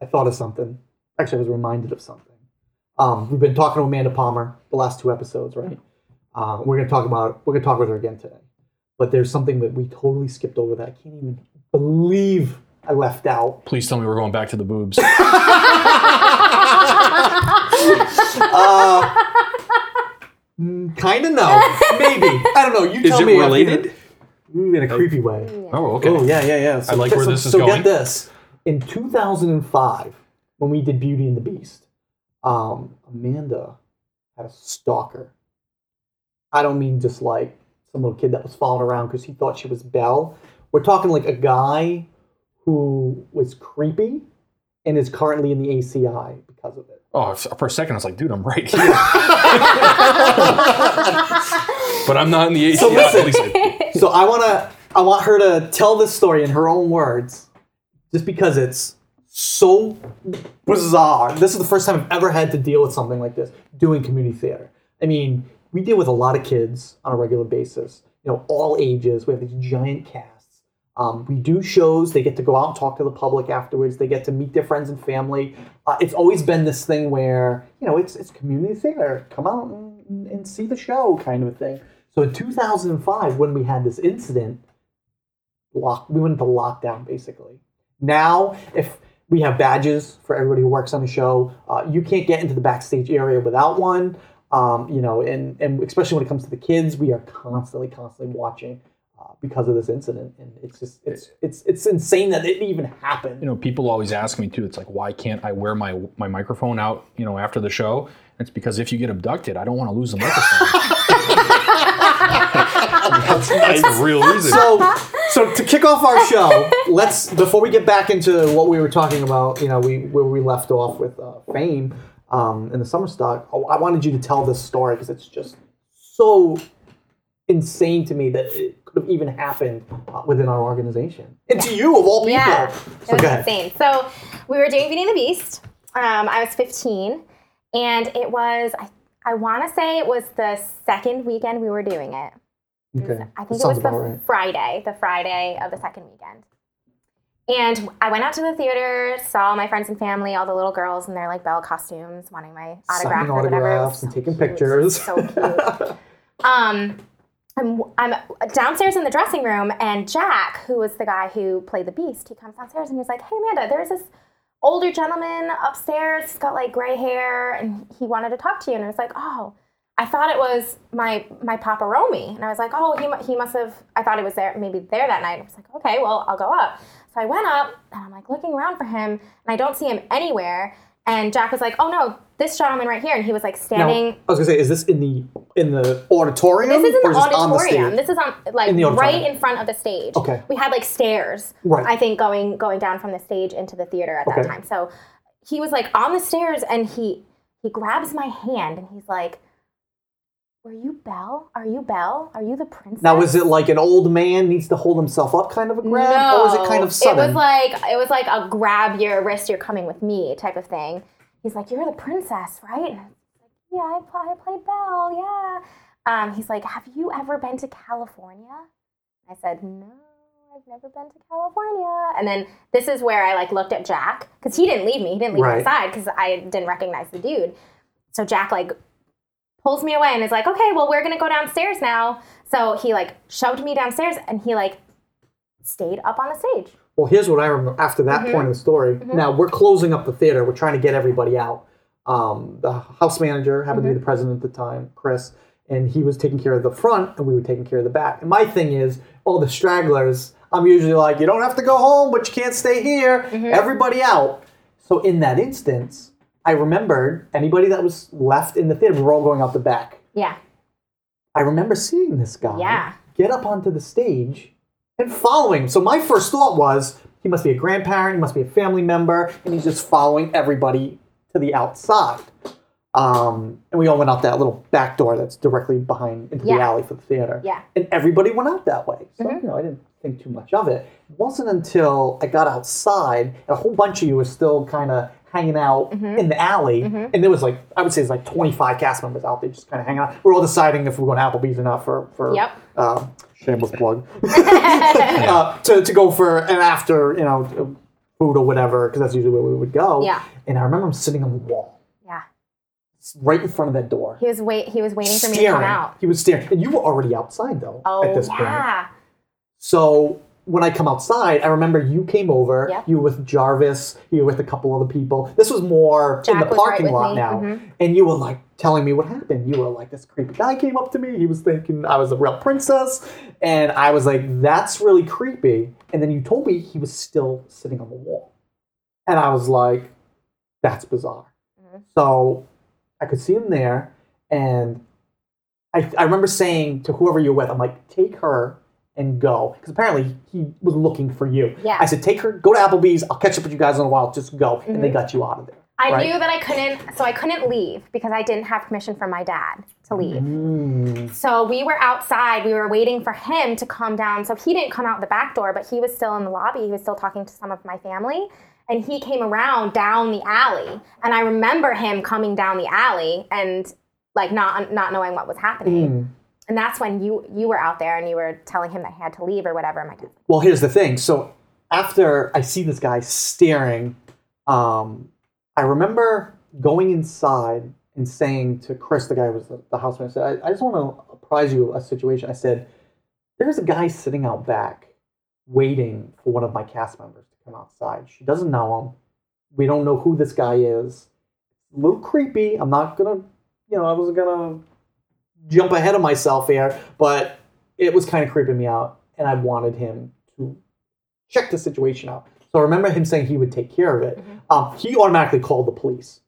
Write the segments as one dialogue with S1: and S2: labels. S1: I thought of something. Actually, I was reminded of something. Um, we've been talking to Amanda Palmer the last two episodes, right? Uh, we're gonna talk about we're gonna talk with her again today. But there's something that we totally skipped over that I can't even believe I left out.
S2: Please tell me we're going back to the boobs.
S1: Kind of Uh, mm, no, maybe I don't know. You
S3: Is
S1: tell
S3: it
S1: me. if you-
S3: related?
S1: Ooh, in a creepy way.
S2: oh, okay.
S1: Oh yeah, yeah, yeah. So,
S2: I like where
S1: so-
S2: this is
S1: so
S2: going.
S1: get this: in 2005, when we did Beauty and the Beast, um, Amanda had a stalker. I don't mean just like some little kid that was following around because he thought she was Belle. We're talking like a guy who was creepy and is currently in the ACI because of it.
S2: Oh, f- for a second, I was like, dude, I'm right here. but I'm not in the ACI.
S1: listen.
S2: at least I-
S1: So I want to I want her to tell this story in her own words just because it's so bizarre. This is the first time I've ever had to deal with something like this doing community theater. I mean, we deal with a lot of kids on a regular basis, you know, all ages. We have these giant casts. Um, we do shows. They get to go out and talk to the public afterwards. They get to meet their friends and family. Uh, it's always been this thing where, you know, it's, it's community theater. Come out and, and see the show kind of a thing. So in 2005, when we had this incident, lock, we went into lockdown basically. Now, if we have badges for everybody who works on the show, uh, you can't get into the backstage area without one. Um, you know, and and especially when it comes to the kids, we are constantly, constantly watching uh, because of this incident, and it's just it's it's it's insane that it even happened.
S2: you know, people always ask me too. It's like, why can't I wear my my microphone out? You know, after the show, it's because if you get abducted, I don't want to lose the microphone. that's, that's the real reason.
S1: so so to kick off our show let's before we get back into what we were talking about you know we where we left off with uh, fame um, in the summer stock I, I wanted you to tell this story because it's just so insane to me that it could have even happened uh, within our organization and to you of all people
S4: Yeah,
S1: so
S4: it
S1: go
S4: was
S1: ahead.
S4: insane. So we were doing Beauty and the Beast. Um, I was 15, and it was I, I want to say it was the second weekend we were doing it.
S1: okay
S4: I
S1: that
S4: think it
S1: sounds
S4: was the
S1: about right
S4: Friday, the Friday of the second weekend. And I went out to the theater, saw my friends and family, all the little girls in their like bell costumes, wanting my autograph
S1: Signing
S4: or whatever. It
S1: autographs
S4: was
S1: and taking pictures
S4: so cute. um, I'm, I'm downstairs in the dressing room, and Jack, who was the guy who played the Beast, he comes downstairs and he's like, "Hey, Amanda, there's this older gentleman upstairs. He's got like gray hair, and he wanted to talk to you." And I was like, "Oh." I thought it was my my Papa Romy, and I was like, oh, he, mu- he must have. I thought he was there, maybe there that night. I was like, okay, well, I'll go up. So I went up, and I'm like looking around for him, and I don't see him anywhere. And Jack was like, oh no, this gentleman right here, and he was like
S1: now,
S4: standing.
S1: I was gonna say, is this in the in the auditorium?
S4: This is
S1: or
S4: in
S1: is this
S4: the
S1: on the
S4: auditorium.
S1: stage?
S4: this is on like
S1: In the auditorium.
S4: right in front of the stage.
S1: Okay.
S4: We had like stairs.
S1: Right.
S4: I think going going down from the stage into the theater at
S1: Okay.
S4: that time. So he was like on the stairs and he he grabs my hand and he's like, "Were you Belle? Are you Belle? Are you the princess?"
S1: Now, is it like an old man needs to hold himself up kind of a grab,
S4: No.
S1: or is it kind of sudden?
S4: It was like it was like a grab your wrist, you're coming with me type of thing. He's like, You're the princess, right? And I was like, Yeah, I, pl- I played Belle, yeah. Um, he's like, Have you ever been to California? I said, No, I've never been to California. And then this is where I like looked at Jack because he didn't leave me. He didn't leave
S1: Right.
S4: me aside because I didn't recognize the dude. So Jack like pulls me away and is like, okay, well, we're gonna go downstairs now. So he like shoved me downstairs and he like stayed up on the stage.
S1: Well, here's what I remember after that
S4: Mm-hmm.
S1: point of the story. Now we're closing up the theater. We're trying to get everybody out. Um, the house manager happened
S4: Mm-hmm.
S1: to be the president at the time, Chris, and he was taking care of the front, and we were taking care of the back. And my thing is, all the stragglers. I'm usually like, you don't have to go home, but you can't stay here.
S4: Mm-hmm.
S1: Everybody out. So in that instance, I remembered anybody that was left in the theater. We were all going out the back.
S4: Yeah.
S1: I remember seeing this guy
S4: Yeah.
S1: get up onto the stage and following. So my first thought was he must be a grandparent, he must be a family member, and he's just following everybody to the outside. Um, and we all went out that little back door that's directly behind into
S4: Yeah.
S1: the alley for the theater.
S4: Yeah.
S1: And everybody went out that way. So you know, I didn't think too much of it. It wasn't until I got outside and a whole bunch of you were still kind of hanging out
S4: Mm-hmm.
S1: in the alley. And there was like I would say it's like 25 cast members out there just kind of hanging out. We're all deciding if we're going to Applebee's or not for for
S4: Yep.
S1: um, shameless plug uh, to, to go for an after you know food or whatever, because that's usually where we would go.
S4: Yeah.
S1: And I remember him sitting on the wall,
S4: Yeah.
S1: right in front of that door.
S4: He was wait. He was waiting for me to
S1: staring.
S4: come out.
S1: He was staring. And you were already outside though
S4: Oh
S1: at this point.
S4: yeah.
S1: So when I come outside, I remember you came over.
S4: Yep.
S1: You were with Jarvis. You were with a couple other people. This was more in
S4: Jack
S1: the
S4: was right
S1: parking
S4: with
S1: lot
S4: me.
S1: now.
S4: Mhm.
S1: And you were like telling me what happened. You were like, this creepy guy came up to me. He was thinking I was a real princess. And I was like, that's really creepy. And then you told me he was still sitting on the wall. And I was like, that's bizarre. So I could see him there, and I, I remember saying to whoever you're with, I'm like, take her and go. Because apparently he was looking for you.
S4: Yeah.
S1: I said, take her, go to Applebee's, I'll catch up with you guys in a while, just go. And they got you out of there.
S4: I
S1: right?
S4: knew that I couldn't, so I couldn't leave because I didn't have permission from my dad to leave. So we were outside, we were waiting for him to calm down. So he didn't come out the back door, but he was still in the lobby. He was still talking to some of my family. And he came around down the alley. And I remember him coming down the alley and like not not knowing what was happening.
S1: Mm.
S4: And that's when you you were out there and you were telling him that he had to leave or whatever. My dad,
S1: Well, here's the thing. So after I see this guy staring, um, I remember going inside and saying to Chris, the guy who was the, the houseman, I said, I, I just want to apprise you of a situation. I said, there's a guy sitting out back waiting for one of my cast members to come outside. She doesn't know him. We don't know who this guy is. A little creepy. I'm not going to, you know, I wasn't going to jump ahead of myself here, but it was kind of creeping me out, and I wanted him to check the situation out. So I remember him saying he would take care of it.
S4: Mm-hmm.
S1: Um, he automatically called the police.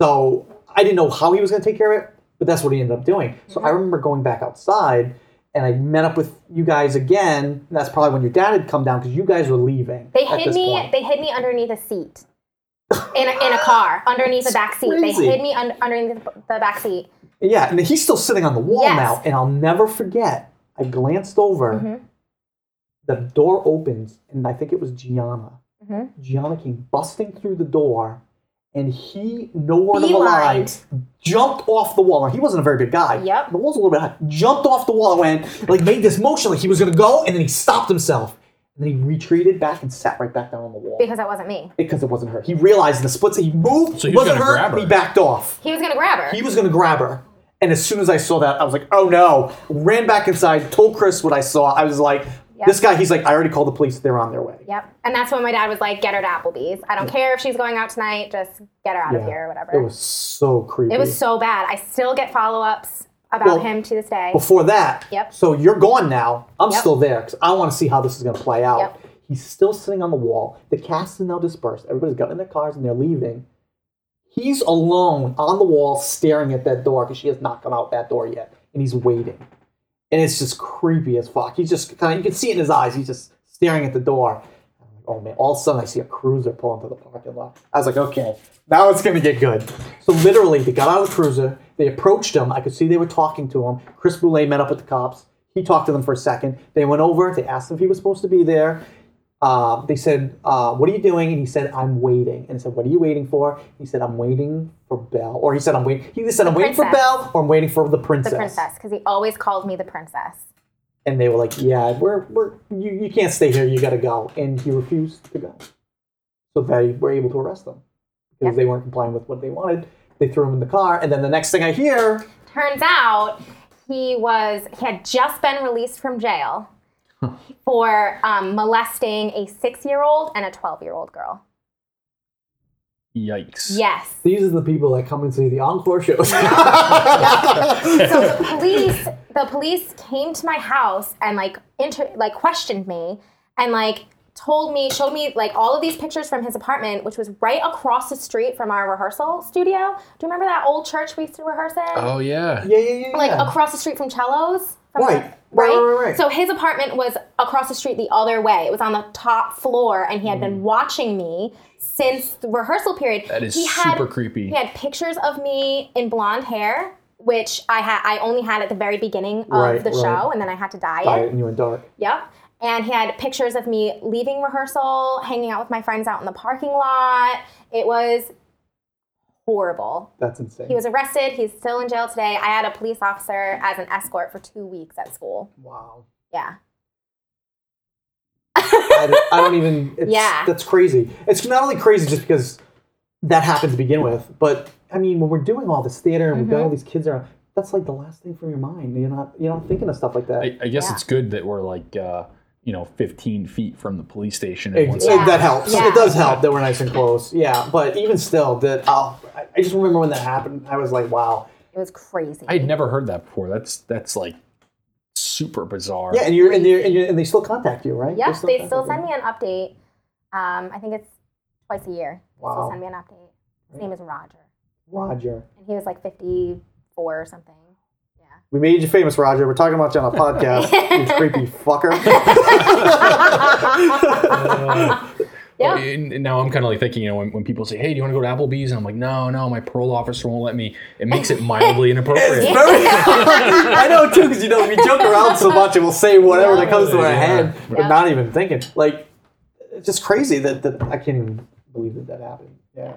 S1: So I didn't know how he was going to take care of it, but that's what he ended up doing. So
S4: Mm-hmm.
S1: I remember going back outside, and I met up with you guys again. and that's probably when your dad had come down because you guys were leaving.
S4: they
S1: at
S4: hid
S1: this
S4: me.
S1: point.
S4: They hid me underneath a seat. In a, in a car, underneath the back seat. They
S1: crazy.
S4: hid me un- underneath the the back seat.
S1: Yeah, and he's still sitting on the wall
S4: Yes.
S1: now, and I'll never forget. I glanced over.
S4: Mm-hmm.
S1: The door opens, and I think it was Gianna.
S4: Mhm.
S1: Gianna came busting through the door, and he, no word of a lie,
S4: Beelined.
S1: jumped off the wall. Now, he wasn't a very big guy.
S4: Yep.
S1: The wall's a little bit high. Jumped off the wall and went, like, made this motion like he was going to go, and then he stopped himself. And then he retreated back and sat right back down on the wall.
S4: because that wasn't me.
S1: Because it wasn't her. He realized in the split second, he moved,
S2: So he was
S1: wasn't
S2: gonna
S1: her,
S2: grab her.
S1: he backed off
S4: He was gonna grab her.
S1: he was going to grab her. And as soon as I saw that, I was like, oh no. Ran back inside, told Chris what I saw. I was like, this guy, he's like, I already called the police. They're on their way.
S4: yep. And that's when my dad was like, "Get her to Applebee's. I don't care if she's going out tonight. Just get her out of
S1: Yeah.
S4: here or whatever."
S1: It was so creepy.
S4: It was so bad. I still get follow ups about
S1: Well,
S4: him to this day.
S1: Before that,
S4: Yep.
S1: so you're gone now. I'm
S4: Yep.
S1: still there because I want to see how this is going to play out.
S4: Yep.
S1: He's still sitting on the wall. The cast is now dispersed. Everybody's gotten in their cars and they're leaving. He's alone on the wall staring at that door because she has not come out that door yet. And he's waiting. And it's just creepy as fuck. He's just kind of, you can see it in his eyes. He's just staring at the door. I'm like, Oh man, all of a sudden I see a cruiser pull into the parking lot. I was like, okay, now it's gonna get good. So literally, they got out of the cruiser, they approached him. I could see they were talking to him. Chris Boulay met up with the cops. He talked to them for a second. They went over, they asked him if he was supposed to be there. Uh, they said, uh, What are you doing? And he said, I'm waiting. And I said, What are you waiting for? He said, I'm waiting for Belle. Or he said, I'm waiting. He either said, I'm waiting for
S4: princess.
S1: Belle or I'm waiting for the
S4: the
S1: princess.
S4: princess, because he always called me the princess.
S1: And they were like, Yeah, we're, we're you, you can't stay here. You got to go. And he refused to go. So they were able to arrest them because
S4: Yep.
S1: they weren't complying with what they wanted. They threw him in the car. And then the next thing I hear,
S4: Turns out he was he had just been released from jail for um, molesting a six year old and a twelve year old girl.
S2: Yikes.
S4: Yes.
S1: these are the people that come and see the encore shows.
S4: so the police the police came to my house and like inter like questioned me and like told me showed me like all of these pictures from his apartment which was right across the street from our rehearsal studio do you remember that old church we used to rehearse in
S2: Oh yeah.
S1: yeah, yeah, yeah. yeah.
S4: like across the street from cellos from
S1: Right.
S4: the-
S1: Right, right, right, right.
S4: So his apartment was across the street the other way. It was on the top floor, and he had
S1: Mm.
S4: been watching me since the rehearsal period.
S2: That is
S4: he had,
S2: super creepy.
S4: He had pictures of me in blonde hair, which I had I only had at the very beginning of
S1: Right,
S4: the
S1: right.
S4: show, and then I had to dye it.
S1: All right, and you went dark.
S4: Yep. And he had pictures of me leaving rehearsal, hanging out with my friends out in the parking lot. It was horrible.
S1: That's insane.
S4: He was arrested. He's still in jail today. I had a police officer as an escort for two weeks at school.
S1: wow.
S4: Yeah.
S1: I, I don't even. It's,
S4: Yeah.
S1: That's crazy. It's not only crazy just because that happened to begin with, but I mean, when we're doing all this theater
S4: Mm-hmm.
S1: and we've got all these kids around, that's like the last thing from your mind. You're not, you're not thinking of stuff like that.
S2: I, I guess
S4: Yeah.
S2: it's good that we're like, uh, you know, 15 feet from the police station.
S1: It-
S2: And once
S1: it-
S4: Yeah.
S1: That helps.
S4: Yeah.
S1: It does help that we're nice and close. Yeah, but even still, that i I I just remember when that happened. I was like, wow.
S4: It was crazy.
S2: I had never heard that before. That's that's like super bizarre.
S1: Yeah, and you're and you're, and, you're, and they still contact you, right?
S4: Yep, they still
S1: contact
S4: send
S1: you.
S4: me an update. Um, I think it's twice a year. They
S1: Wow.
S4: still send me an update. His name is Roger,
S1: Roger.
S4: and he was like 54 or something.
S1: We made you famous, Roger. We're talking about you on a podcast. you creepy fucker.
S4: Yeah.
S2: And and now I'm kind of like thinking, you know, when, when people say, "Hey, do you want to go to Applebee's?" and I'm like, "No, no, my parole officer won't let me." It makes it mildly inappropriate.
S1: Very- I know too, because you know we joke around so much and we'll say whatever that comes to our
S2: Yeah.
S1: head, but
S4: Yeah.
S1: not even thinking. Like, it's just crazy that, that I can't even believe that that happened. Yeah,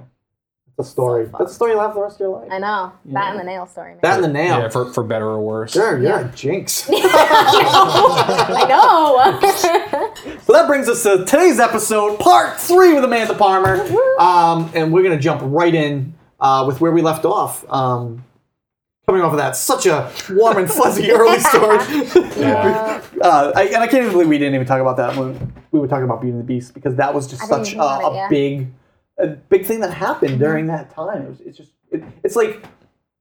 S1: it's a story. That's a story you'll have for the rest of your life.
S4: I know that and the nail story. Man.
S1: That and the nail.
S2: Yeah, for, for better or worse.
S1: Sure, you're a jinx.
S4: I know.
S1: So that brings us to today's episode, part three with Amanda Palmer. Um, and we're going to jump right in uh, with where we left off. Um, coming off of that, such a warm and fuzzy early story.
S4: Yeah.
S1: uh, I, and I can't even believe we didn't even talk about that when we were talking about Beauty and the Beast because that was just
S4: I didn't
S1: such a,
S4: even think about
S1: a
S4: it, yeah. Mm-hmm.
S1: big a big thing that happened during that time. It was, it's just, it, it's like,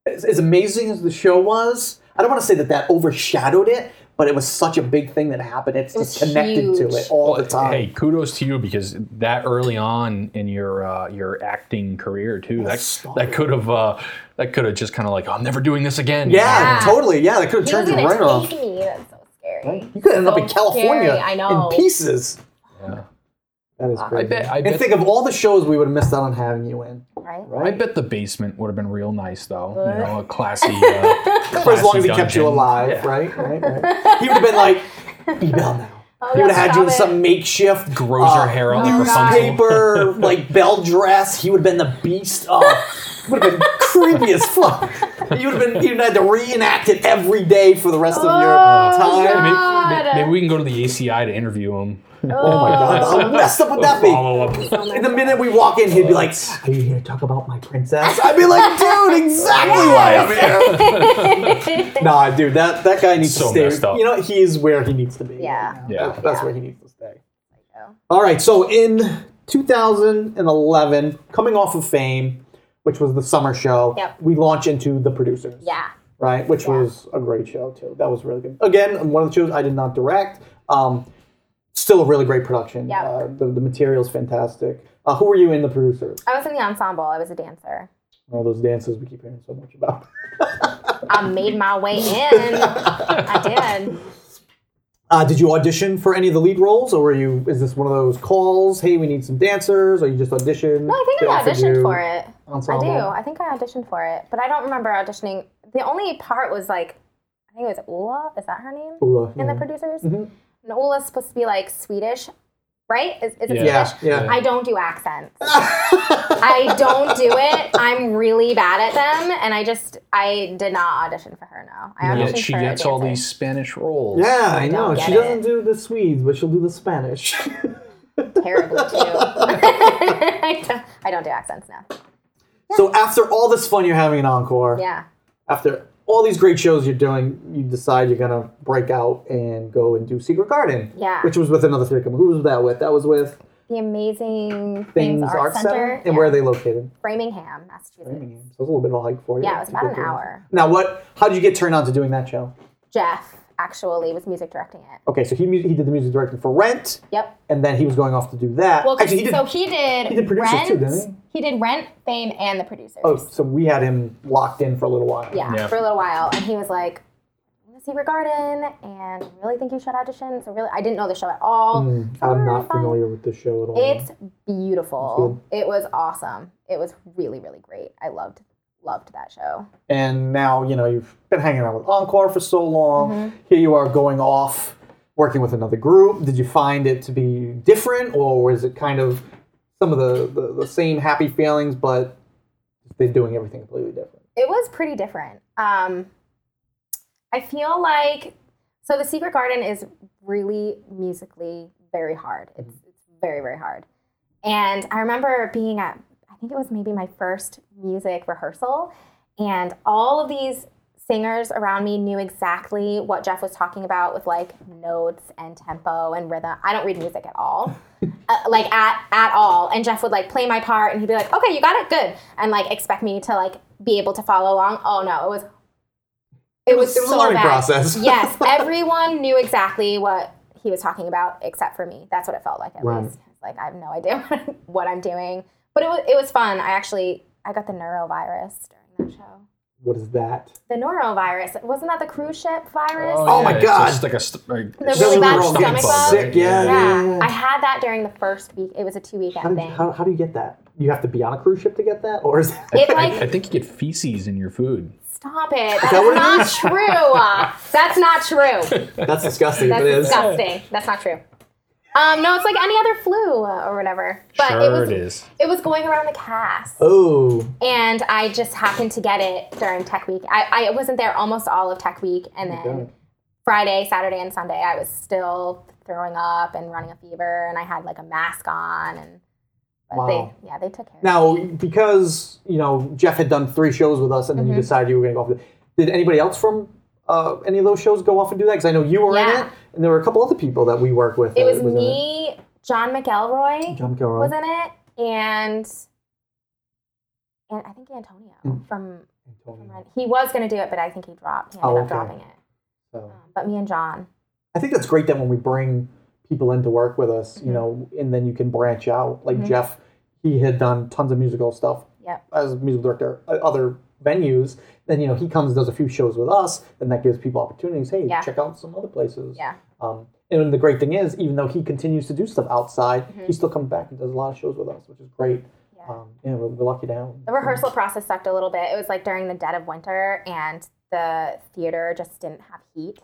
S1: as, as amazing as the show was, I don't want to say that that overshadowed it, but it was such a big thing that happened. It's
S4: was
S1: just connected
S4: huge.
S1: to it all the time.
S2: Hey, kudos to you because that early on in your uh, your acting career too, that
S1: stop
S2: that
S1: it.
S2: could have uh, that could have just kind of like, "I'm never doing this again."
S1: Yeah,
S4: Yeah.
S1: totally. Yeah, they could have
S4: He
S1: turned
S4: was
S1: you
S4: gonna
S1: right
S4: take
S1: off.
S4: me. That's so scary.
S1: You could end up in
S4: So
S1: California
S4: scary, I know.
S1: in pieces.
S2: Yeah.
S1: That is crazy.
S2: bet- I
S1: And
S2: bet-
S1: think of all the shows we would have missed out on having you in,
S4: Right?
S1: right?
S2: I bet the basement would have been real nice though. You know, a classy. Uh,
S1: For as long as he
S2: classy
S1: kept you
S2: dungeon.
S1: alive,
S2: Yeah.
S1: right? Right, right. He would have been like, email now.
S4: Oh,
S1: he would
S4: no,
S1: have had you in
S4: stop it. Oh
S1: some makeshift uh,
S2: Grows her hair out like Rapunzel.
S1: newspaper, like bell dress. He would have been the beast. Oh, would have been creepy as fuck. You would have been. You'd have had to reenact it every day for the rest of your time.
S4: Oh, no.
S2: Maybe,
S4: God.
S2: maybe we can go to the ACI to interview him.
S1: Oh my god, how messed up would that be?
S2: Follow up.
S1: And the minute we walk in, he'd be like, "Are you here to talk about my princess?" I'd be like, "Dude, exactly why I'm here." nah, dude, that that guy needs
S2: So
S1: to
S2: messed
S1: stay.
S2: up.
S1: You know, he's where he needs to be.
S4: Yeah.
S1: You know,
S2: Yeah.
S1: that- that's
S4: Yeah.
S1: where he needs to stay.
S4: go.
S1: All right, so in 2011, coming off of Fame, which was the summer show,
S4: Yep.
S1: we launch into the producers
S4: Yeah.
S1: right? Which was a great show too. That was really good. Again, one of the shows I did not direct. Um, still a really great production.
S4: Yep.
S1: Uh, the, the material's fantastic. Uh, who were you in the producers?
S4: I was in the ensemble. I was a dancer.
S1: All those dances we keep hearing so much about.
S4: I made my way in. I did.
S1: Uh, did you audition for any of the lead roles, or were you? Is this one of those calls? Hey, we need some dancers, or you just auditioned?
S4: No, I think
S1: They
S4: I
S1: offered
S4: auditioned
S1: you
S4: for it.
S1: ensemble?
S4: I do. I think I auditioned for it, but I don't remember auditioning. The only part was like, I think it was Ula. Is that her name?
S1: Ula,
S4: In
S1: yeah.
S4: the producers,
S2: Mm-hmm.
S4: and Ula's supposed to be like Swedish, right? Is, is it
S2: Yeah.
S4: Swedish?
S1: Yeah, yeah.
S4: I don't do accents. I don't do it. I'm really bad at them, and I just I did not audition for her. No, I auditioned
S2: Yet she
S4: for a
S2: gets all
S4: dancer.
S2: these Spanish roles.
S1: Yeah, I, know.
S4: don't get
S1: She
S4: it.
S1: doesn't do the Swedes, but she'll do the Spanish.
S4: terribly too. I, don't, I don't do accents now.
S1: So after all this fun you're having an encore,
S4: Yeah.
S1: after all these great shows you're doing, you decide you're gonna break out and go and do Secret Garden.
S4: Yeah.
S1: Which was with another theater company. Who was that with? That was with
S4: The amazing things,
S1: Things,
S4: Art, Center,
S1: And
S4: yeah.
S1: where are they located?
S4: Framingham, Massachusetts.
S1: So it was a little bit of a hike for you.
S4: Yeah, it was about an hour.
S1: Now, what? How did you get turned on to doing that show?
S4: Jeff actually was music directing it.
S1: Okay, so he mu- he did the music directing for Rent,
S4: Yep.
S1: and then he was going off to do that.
S4: Well, 'cause-
S1: actually, he did.
S4: so he did.
S1: he did producers
S4: Rent,
S1: too, didn't
S4: he? did Rent, Fame, and the producers.
S1: oh, so we had him locked in for a little while.
S4: yeah,
S2: Yeah.
S4: for a little while, and he was like. "I'm in The Secret Garden, and I really think you should audition. So really, I didn't know the show at all. So
S1: Mm, I'm
S4: all
S1: not
S4: right, fine.
S1: familiar with the show at all.
S4: It's beautiful. It was awesome. It was really, really great. I loved, loved that show.
S1: and now you know you've been hanging out with Encore for so long.
S4: Mm-hmm.
S1: Here you are going off, working with another group. Did you find it to be different, or was it kind of some of the the, the same happy feelings, but they're doing everything completely different?
S4: it was pretty different. Um, I feel like so the Secret Garden is really musically very hard. It's
S1: Mm-hmm.
S4: it's very very hard. And I remember being at I think it was maybe my first music rehearsal, and all of these singers around me knew exactly what Jeff was talking about with like notes and tempo and rhythm. I don't read music at all. Uh, like at at all and jeff would like play my part and he'd be like okay you got it good and like expect me to like be able to follow along oh no it was it, was,
S1: it was a
S4: so
S1: learning
S4: bad.
S1: process.
S4: yes everyone knew exactly what he was talking about except for me that's what it felt like at
S1: Right.
S4: least like i have no idea what i'm doing but it was it was fun i actually i got the neurovirus during that show
S1: What is that?
S4: the neurovirus wasn't that the cruise ship virus
S1: Oh my
S2: it's
S1: God.
S2: just like a st- like,
S4: The
S2: it's
S4: really
S2: just
S4: bad
S2: a stomach
S4: stomach bug?
S1: Sick, yeah.
S4: yeah,
S1: yeah.
S4: I had that during the first week. It was a two
S1: How
S4: weekend
S1: do, you,
S4: thing.
S1: how, how do you get that? You have to be on a cruise ship to get that, or is that?
S4: It
S2: I, I
S4: like
S2: think you get feces in your food.
S4: stop it. That's
S1: that what it
S4: not
S1: is?
S4: true. That's not true.
S1: That's disgusting. if
S4: That's
S1: it is.
S4: disgusting. That's not true. Um, no, it's like any other flu uh, or whatever. But
S2: sure
S4: it was
S2: it is.
S4: it was going around the cast,
S1: Oh,
S4: and I just happened to get it during Tech Week. I, I wasn't there almost all of Tech Week, and then
S1: God.
S4: Friday, Saturday, and Sunday, I was still throwing up and running a fever, and I had like a mask on, and but
S1: Wow.
S4: they yeah they took care. of it.
S1: now because you know Jeff had done three shows with us, and then you
S4: Mm-hmm.
S1: decided you were going to go off. with- Did anybody else from uh, any of those shows go off and do that? Because I know you were in
S4: Yeah.
S1: it, and there were a couple other people that we work with.
S4: It
S1: that
S4: was
S1: in
S4: me, John McElroy
S1: John Kilroy.
S4: was in it, and and I think Antonio
S1: Hmm.
S4: from, from Ren- he was going to do it, but I think he dropped. He ended
S1: Oh,
S4: up
S1: okay.
S4: dropping it.
S1: So.
S4: Um, but me and John,
S1: I think that's great that when we bring people in to work with us,
S4: Mm-hmm.
S1: you know, and then you can branch out. Like Jeff, he had done tons of musical stuff
S4: yep,
S1: as a musical director at other venues. Then you know he comes and does a few shows with us, and that gives people opportunities. Hey,
S4: Yeah.
S1: check out some other places.
S4: yeah,
S1: Um, and the great thing is, even though he continues to do stuff outside, he still comes back and does a lot of shows with us, which is great.
S4: Mm-hmm. yeah.
S1: Um, yeah, we're, we're lucky to have him.
S4: the rehearsal process sucked a little bit. It was like during the dead of winter, and the theater just didn't have heat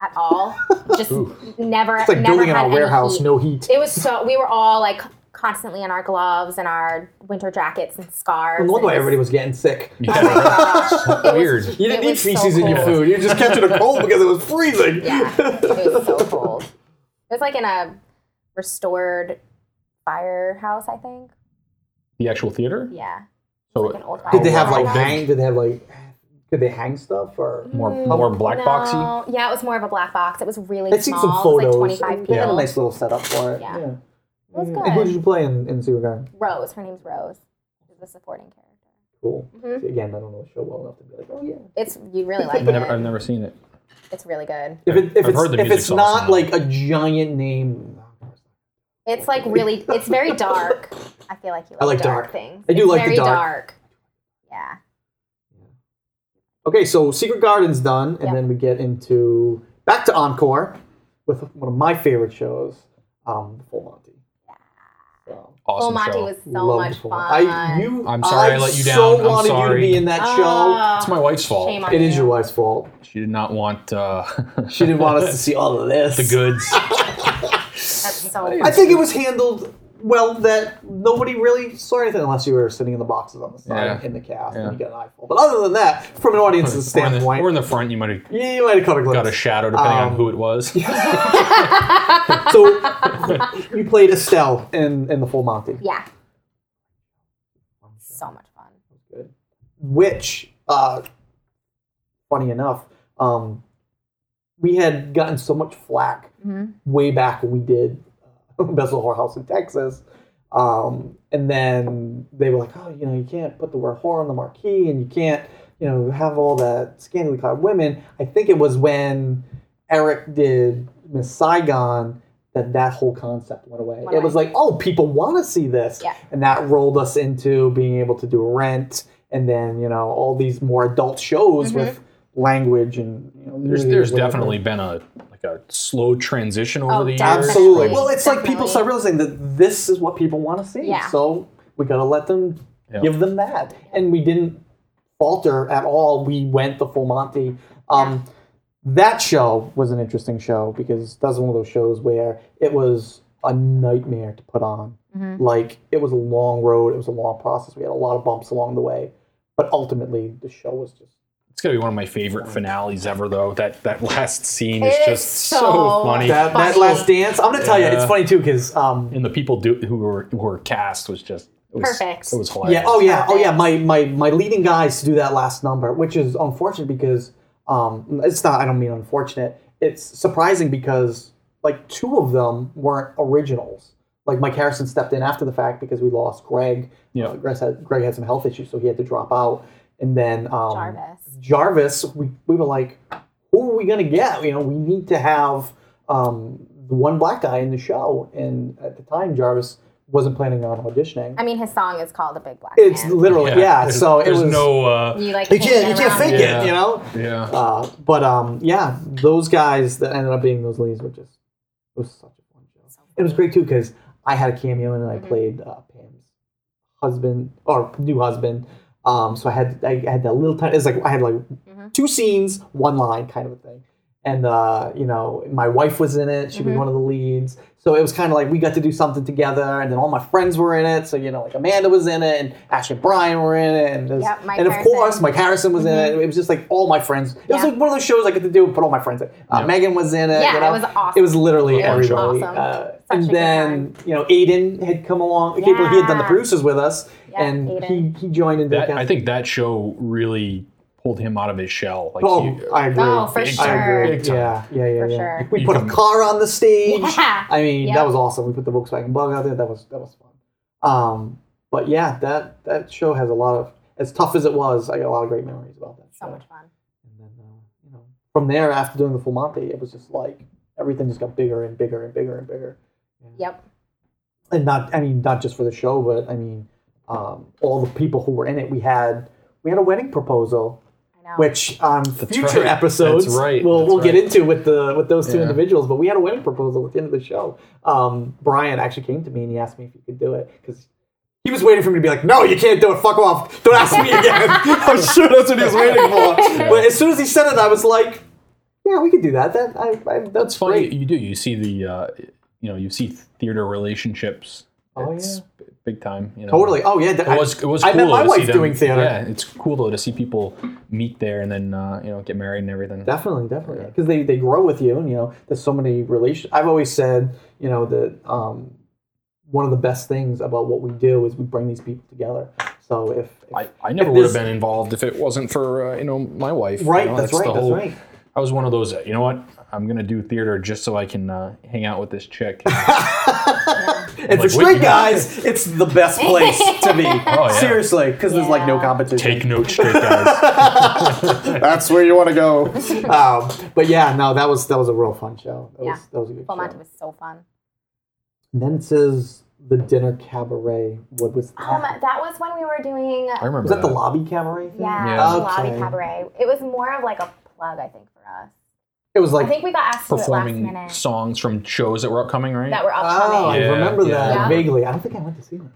S4: at all. just never.
S1: It's like
S4: never
S1: building in
S4: had
S1: a
S4: any
S1: warehouse,
S4: heat.
S1: no heat.
S4: It was so we were all like constantly in our gloves and our winter jackets and scarves.
S1: No wonder
S4: and-
S1: everybody was getting sick.
S2: Yeah.
S4: Gosh, it was
S2: Weird.
S1: You didn't
S4: It
S1: eat
S4: was so
S1: feces in your
S4: cold.
S1: food. You just catching a cold because it was freezing.
S4: Yeah, it was so cold. It was like in a restored firehouse, I think.
S2: the actual theater.
S4: Yeah,
S2: So
S4: like an old
S1: Did they have
S4: firehouse.
S1: like
S2: Wow.
S1: hang? Did they have like? Could they hang stuff or?
S2: more
S4: Mm,
S2: more black
S4: no.
S2: boxy.
S4: Yeah, it was more of a black box. It was really
S1: I've seen
S4: small.
S1: some
S4: It
S1: photos.
S4: was like
S1: They
S4: 25 people.
S1: had a nice little setup for it.
S4: Yeah.
S1: yeah.
S4: It was
S1: Yeah. And Who did
S4: good.
S1: you play in, in Super Garden?
S4: Rose, her name's Rose. She's the supporting character.
S1: Cool.
S4: Mhm.
S1: See, Again, I don't know the show well enough to be like, oh yeah.
S4: It's you really like
S2: I've
S4: it.
S2: never, I've never seen it.
S4: It's really good.
S1: If, it, if
S2: I've
S1: it's
S2: heard the
S1: if it's
S2: music's
S1: not
S2: awesome.
S1: like a giant name,
S4: It's like really. It's very dark. I feel like you. Like
S1: I like
S4: dark,
S1: dark.
S4: things.
S1: I do
S4: It's
S1: like the
S4: very
S1: dark.
S4: Yeah.
S1: Okay, so Secret Garden's done, and
S4: Yep.
S1: then we get into back to Encore with one of my favorite shows, um, Full Monty. So,
S4: Full
S2: Awesome
S4: Monty
S2: show.
S4: was so
S1: loved
S4: much
S1: Full
S4: fun.
S1: Monty. I, you,
S2: I'm sorry I let you down.
S1: So
S2: I'm
S1: wanted
S2: sorry.
S1: you to be in that
S4: Ah.
S2: it's my wife's fault.
S4: Shame
S1: show.
S4: on
S1: It is
S4: you.
S1: your wife's fault.
S2: She did not want uh,
S1: She didn't want us to see all of this.
S2: the goods.
S4: That's so
S1: I think it was handled well that nobody really saw anything unless you were sitting in the boxes on the side
S2: Yeah.
S1: in the cast
S2: Yeah.
S1: and you got an eyeful. But other than that, from an audience's
S2: Or in, the,
S1: standpoint,
S2: or in the front, you might have
S1: you might have caught a glimpse.
S2: got a shadow depending
S1: Um,
S2: on who it was.
S1: so you played Estelle in, in the Full Monty,
S4: Yeah. So much fun.
S1: which, uh, funny enough, um, we had gotten so much flack way back when we did uh, Bessel Whorehouse in Texas. Um, and then they were like, oh, you know, you can't put the word whore on the marquee and you can't, you know, have all that scantily clad women. I think it was when Eric did Miss Saigon that that whole concept went away.
S4: Went
S1: it was
S4: away.
S1: like, oh, people want to see this.
S4: Yeah.
S1: And that rolled us into being able to do Rent and then, you know, all these more adult shows with language and, you know,
S2: There's
S1: nudity,
S2: there's
S1: whatever.
S2: definitely been a like a slow transition over
S4: Oh,
S2: the years.
S1: Absolutely.
S4: Definitely.
S1: Well, it's like people
S4: Definitely.
S1: start realizing that this is what people want to see.
S4: Yeah.
S1: So we got to let them
S2: Yeah.
S1: give them that. And we didn't falter at all. We went the full Monty. Um, That show was an interesting show because that was one of those shows where it was a nightmare to put on.
S4: Mm-hmm.
S1: Like, it was a long road, it was a long process. We had a lot of bumps along the way. But ultimately, the show was just
S2: It's gonna be one of my favorite finales ever, though. That that last scene
S4: It
S2: is
S4: is
S2: just so,
S4: so
S2: funny,
S1: That, that
S4: Funny.
S1: last dance, I'm gonna tell you, it's
S2: Yeah.
S1: funny too, because um,
S2: and the people do who were who were cast was just it was,
S4: Perfect.
S2: It was hilarious.
S1: yeah, oh yeah, oh yeah, my my my leading guys to do that last number, which is unfortunate because um, it's not. I don't mean unfortunate. It's surprising because like two of them weren't originals. Like Mike Harrison stepped in after the fact because we lost Greg.
S2: Yeah.
S1: Uh, Greg had Greg had some health issues, so he had to drop out, and then um,
S4: Jarvis.
S1: Jarvis, we, we were like, who are we going to get? You know, we need to have um, the one black guy in the show. And at the time, Jarvis wasn't planning on auditioning.
S4: I mean, his song is called "A Big Black
S1: It's
S4: Man."
S1: literally, yeah.
S2: there's-
S1: so it
S2: there's
S1: was.
S2: no. Uh,
S4: you like
S1: you can't, you
S4: get
S1: can't
S4: around
S1: fake
S4: it.
S2: Yeah.
S1: it, you know?
S2: yeah.
S1: Uh, but um, yeah, those guys that ended up being those leads were just, it was such a fun show. It was great too because I had a cameo in it and I played uh, Pam's husband or new husband. Um, so I had I had that little time. It's like I had like
S4: Mhm.
S1: two scenes, one line kind of a thing. And uh, you know, my wife was in it. She was
S4: Mhm.
S1: one of the leads. So it was kind of like we got to do something together, and then all my friends were in it. So you know, like Amanda was in it, and Ash and Brian were in it, and, there's-
S4: Yep, Mike
S1: and of
S4: Harrison.
S1: course Mike Harrison was in it. It was just like all my friends. It was
S4: Mm-hmm. Yeah.
S1: like one of those shows I get to do, put all my friends in. Uh,
S2: Yeah.
S1: Megan was in it.
S4: Yeah,
S1: you
S4: it
S1: know?
S4: was awesome.
S1: It was literally
S2: It was
S1: everybody.
S4: awesome.
S1: Uh,
S4: Such a
S1: and
S4: good
S1: then you know, Aiden had come along. People he had done the
S4: Yeah.
S1: producers with us,
S4: Yeah,
S1: and
S4: Aiden.
S1: he he joined into
S2: That,
S1: the cast.
S2: I think that show really pulled him out of his shell. Like
S1: Oh,
S2: he- uh,
S1: I agree.
S4: Oh, for
S1: I
S4: sure.
S1: agree.
S2: Big time.
S1: Yeah, yeah, yeah.
S4: For
S1: yeah.
S4: sure.
S1: We
S2: You
S1: put a
S2: can-
S1: car on the stage.
S4: Yeah.
S1: I mean,
S4: Yeah.
S1: that was awesome. We put the Volkswagen Bug out there. That was that was fun. Um, but yeah, that that show has a lot of as tough as it was. I got a lot of great memories about that.
S4: So
S1: show.
S4: much fun.
S1: And then uh, you know, from there after doing the Full Monty, it was just like everything just got bigger and bigger and bigger and bigger.
S4: Yep.
S1: And not I mean not just for the show, but I mean um, all the people who were in it. We had we had a wedding proposal
S4: I know.
S1: which on future
S2: right.
S1: episodes
S2: That's right.
S1: we'll,
S2: That's
S1: we'll get
S2: right.
S1: into with the with those two
S2: Yeah.
S1: individuals. But we had a wedding proposal at the end of the show. Um, Brian actually came to me and he asked me if he could do it because he was waiting for me to be like, "No, you can't do it. Fuck off. Don't ask me again." I'm sure that's what he was waiting for. But as soon as he said it, I was like, "Yeah, we could do that. That I, I, that's,
S2: It's funny
S1: great."
S2: you do. You see the uh, you know you see theater relationships.
S1: Oh,
S2: it's b- big time. You know?
S1: Totally. Oh yeah,
S2: It was it was.
S1: I
S2: cool
S1: met my
S2: though, to see
S1: wife
S2: them-
S1: doing theater.
S2: Yeah, it's cool though to see people meet there and then uh, you know get married and everything.
S1: Definitely, definitely, because they, they grow with you, and you know there's so many relations. I've always said, you know, that um, one of the best things about what we do is we bring these people together. So if, if
S2: I, I never
S1: If
S2: would have
S1: this-
S2: been involved if it wasn't for uh, you know my wife. you
S1: right,
S2: know,
S1: that's right,
S2: the
S1: that's
S2: whole-
S1: right.
S2: I was one of those. You know what? I'm gonna do theater just so I can uh, hang out with this chick.
S1: And for
S2: Like,
S1: straight
S2: wait-
S1: guys, it's the best place to be.
S2: Oh, yeah.
S1: Seriously, because there's like no
S4: Yeah.
S1: competition.
S2: Take note, straight guys.
S1: that's where you want to go. um, but yeah, no, that was that was a real fun show. That
S4: Yeah.
S1: was that was a good
S4: Full
S1: show.
S4: Monty was so fun.
S1: And then it says the dinner cabaret. What was that?
S4: Um, that was when we were doing.
S2: I remember
S1: was that the lobby cabaret? Thing?
S4: Yeah,
S2: Yeah.
S4: the lobby
S1: Okay.
S4: cabaret. It was more of like a plug, I think, for us.
S1: It was
S4: I
S1: like
S4: think we got asked to do it last
S2: performing
S4: minute
S2: songs from shows that were upcoming, right?
S4: that were
S1: Oh,
S4: upcoming.
S2: Yeah,
S1: I remember that
S4: yeah.
S1: vaguely. I don't think I went to see that.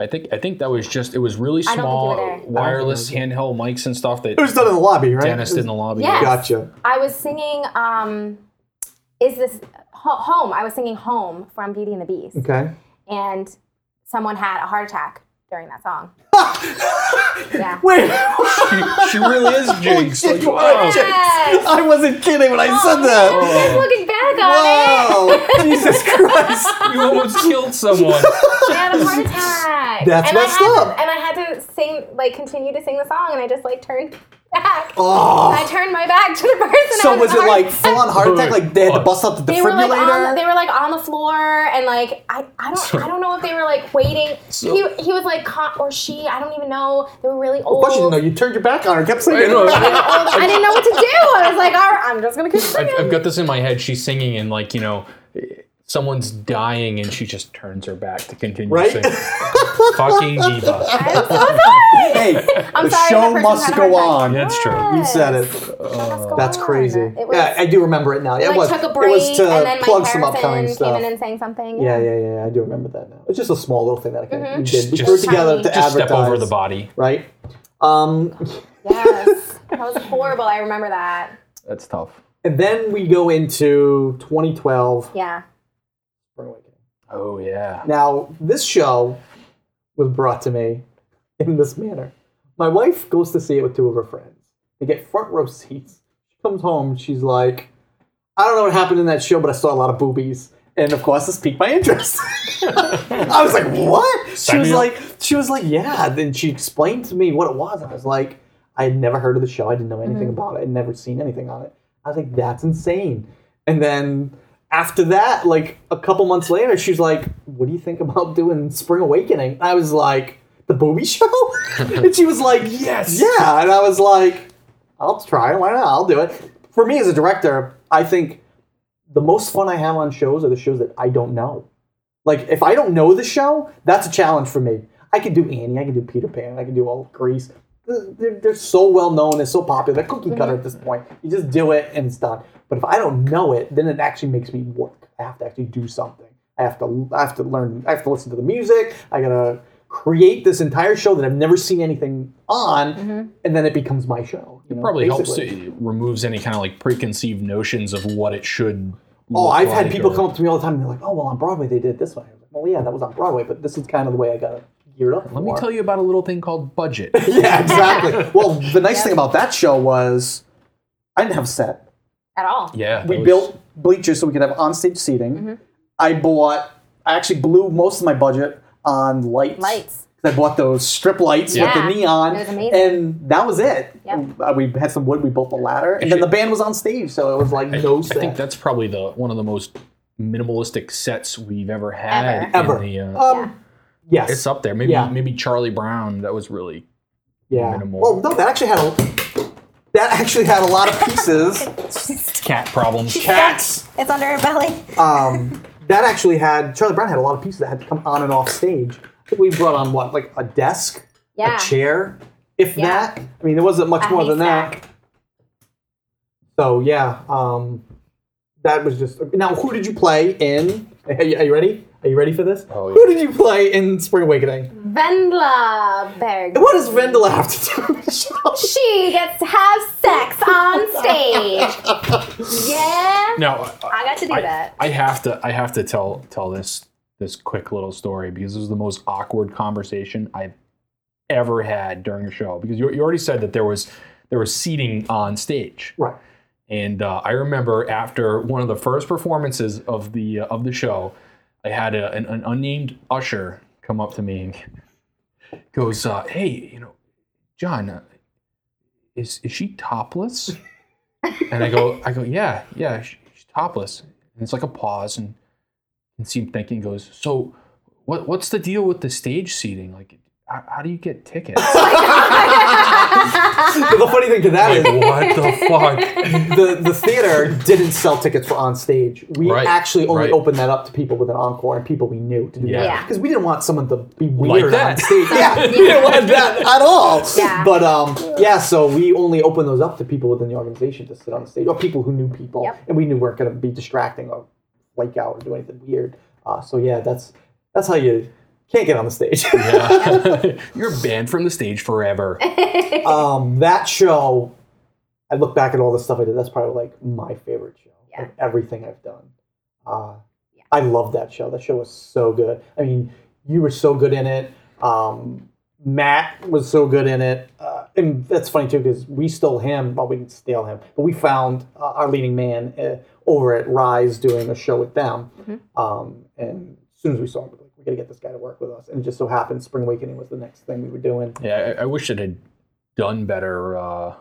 S2: I think I think that was just it was really
S4: I don't think you
S2: small
S4: were there. I don't think
S2: wireless
S1: you were
S2: handheld mics and stuff that
S1: It was done in the lobby, right?
S2: Dennis did in
S1: It
S2: the
S1: was-
S2: lobby.
S4: Yes.
S1: Gotcha.
S4: I was singing. Um, is this ho- home? I was singing "Home" from Beauty and the Beast,
S1: Okay.
S4: and someone had a heart attack during that song. yeah.
S1: Wait,
S2: She, she really is Jake's. Like, oh.
S1: Jake,
S2: wow.
S1: Jake.
S4: Yes. Oh,
S1: I wasn't kidding when I said that.
S4: Just looking back
S1: Wow!
S4: on
S1: Jesus Christ!
S2: You almost killed someone.
S4: it, I had a heart attack.
S1: That's
S4: and
S1: messed
S4: I had
S1: up.
S4: To, and I had to sing, like, continue to sing the song, and I just like turned back. I
S1: Oh.
S4: turned my back to the person.
S1: So
S4: I
S1: was it
S4: heart-
S1: like full on heart attack? Like they had to
S2: Oh.
S1: bust out the
S4: They were like on.
S1: defibrillator?
S4: They were like on the floor, and like I, I don't, I don't know if they were like waiting. he, he was like con- or she, I don't even know. They were really old.
S1: But you know, you turned your back on her. Kept
S2: I
S1: singing.
S2: know.
S4: I didn't know what to do. I was like, all right, I'm just gonna keep
S2: I've,
S4: singing.
S2: I've got this in my head. She's singing and like you know, someone's dying and she just turns her back to continue
S1: Right?
S2: singing. Fucking diva.
S4: I'm so sorry.
S1: hey,
S4: I'm
S1: the
S4: sorry, that
S1: show
S4: person
S1: must
S4: had a heart
S1: go
S4: attack.
S1: on.
S2: That's true.
S1: You said it.
S4: Let's go
S1: That's
S4: on.
S1: crazy.
S4: It was,
S1: yeah, I do remember it now. It
S4: like
S1: was.
S4: took a break,
S1: it was to
S4: and then
S1: plug
S4: Mike
S1: some
S4: Harrison
S1: upcoming
S4: came
S1: stuff.
S4: in and sang something.
S1: Yeah, yeah, yeah. I do remember that now. It's just a small little thing that I can,
S4: Mm-hmm.
S1: we did. We
S2: Just-
S1: threw it
S2: just-
S1: together to
S2: Just
S1: advertise.
S2: step over the body.
S1: Right. Um,
S4: Oh Yes, that was horrible. I remember that.
S2: That's tough.
S1: and then we go into 2012.
S4: Yeah.
S1: Spring Awakening.
S2: Oh yeah.
S1: Now this show was brought to me in this manner. My wife goes to see it with two of her friends. They get front row seats. She comes home. She's like, I don't know what happened in that show, but I saw a lot of boobies. And of course, this piqued my interest. I was like, "What?" She
S2: Sign
S1: was
S2: me up.
S1: like, "She was like, yeah." Then she explained to me what it was, and I was like, "I had never heard of the show. I didn't know anything about it. I'd never seen anything on it." I was like, "That's insane." And then after that, like a couple months later, she's like, "What do you think about doing Spring Awakening?" I was like, "The booby show," and she was like,
S2: Yes.
S1: yeah." And I was like, "I'll try. Why not? I'll do it." For me as a director, I think the most fun I have on shows are the shows that I don't know. Like if I don't know the show, that's a challenge for me. I can do Annie, I can do Peter Pan, I can do all Grease. They're, they're so well known, they're so popular, they're cookie cutter at this point. You just do it and it's done. But if I don't know it, then it actually makes me work. I have to actually do something. I have to I have to learn. I have to listen to the music. I gotta create this entire show that I've never seen anything on, and then it becomes my show. you know,
S2: Probably helps.
S1: basically.
S2: It removes any kind of like preconceived notions of what it should.
S1: Oh,
S2: look
S1: I've had
S2: like
S1: people
S2: or-
S1: come up to me all the time and they're like, "Oh, well, on Broadway they did it this way." I'm like, well, yeah, that was on Broadway, but this is kind of the way I got it geared up.
S2: Let me tell you about a little thing called budget.
S1: yeah, exactly. well, the nice thing about that show was I didn't have a set.
S4: at all.
S2: yeah, that
S1: We
S2: was-
S1: built bleachers so we could have onstage seating.
S4: Mm-hmm.
S1: I bought. I actually blew most of my budget on lights.
S4: Lights.
S1: 'Cause I bought those strip lights with
S4: Yeah.
S1: the neon,
S4: It was amazing.
S1: and that was it.
S4: Yep.
S1: Uh, We had some wood. We built the ladder, and then the band was on stage, so it was like no
S2: I
S1: set.
S2: think that's probably the one of the most minimalistic sets we've ever had.
S1: Ever.
S2: In the, uh,
S1: um, yes,
S2: it's up there. Maybe
S1: Yeah.
S2: maybe Charlie Brown. That was really
S1: Yeah.
S2: minimal.
S1: Well, no, that actually had a that actually had a lot of pieces.
S2: cat problems.
S1: Cats.
S4: It's under her belly.
S1: Um, that actually had Charlie Brown had a lot of pieces that had to come on and off stage. I think we brought on what like a desk,
S4: Yeah.
S1: a chair, if
S4: Yeah.
S1: that. I mean, there wasn't much
S4: A
S1: more than
S4: haystack.
S1: that. So yeah, um, that was just. Now, who did you play in? Are you, are you ready? Are you ready for this?
S2: Oh, yeah.
S1: Who did you play in Spring
S4: Mm.
S1: Awakening?
S4: Vendla Berg.
S1: What does Rendell have to do with the show?
S4: She gets to have sex on stage. yeah.
S2: Now
S4: I got to do
S2: I,
S4: that.
S2: I have to I have to tell tell this this quick little story because this is the most awkward conversation I've ever had during a show because you, you already said that there was there was seating on stage
S1: Right.
S2: and uh, I remember after one of the first performances of the uh, of the show I had a, an, an unnamed usher come up to me and goes uh, hey you know John uh, is is she topless and I go, I go, yeah, yeah, she, she's topless. And it's like a pause, and and Seem thinking goes, so what? What's the deal with the stage seating? Like, how, how do you get tickets?
S1: the funny thing to that is,
S2: like, what the fuck?
S1: the, the theater didn't sell tickets for on stage. We
S2: Right,
S1: actually only
S2: right.
S1: opened that up to people with an encore and people we knew to do
S2: Yeah.
S1: that
S4: Yeah.
S1: because we didn't want someone to be weird on
S2: that.
S1: stage. yeah, we didn't want that at all.
S4: Yeah.
S1: But um, yeah, so we only opened those up to people within the organization to sit on stage or people who knew people,
S4: Yep.
S1: and we knew weren't going to be distracting or flake out or do anything weird. Uh, so yeah, that's that's how you can't get on the stage.
S2: You're banned from the stage forever.
S1: um, that show, I look back at all the stuff I did. That's probably like my favorite show.
S4: Yeah.
S1: Like everything I've done. Uh, I love that show. That show was so good. I mean, you were so good in it. Um, Matt was so good in it. Uh, and that's funny too because we stole him. Well, we didn't steal him, but we found uh, our leading man uh, over at Rise doing a show with them. Um, and as soon as we saw him, we were like, we got to get this guy to work with us. And it just so happened Spring Awakening was the next thing we were doing.
S2: Yeah, I, I wish it had done better. Uh,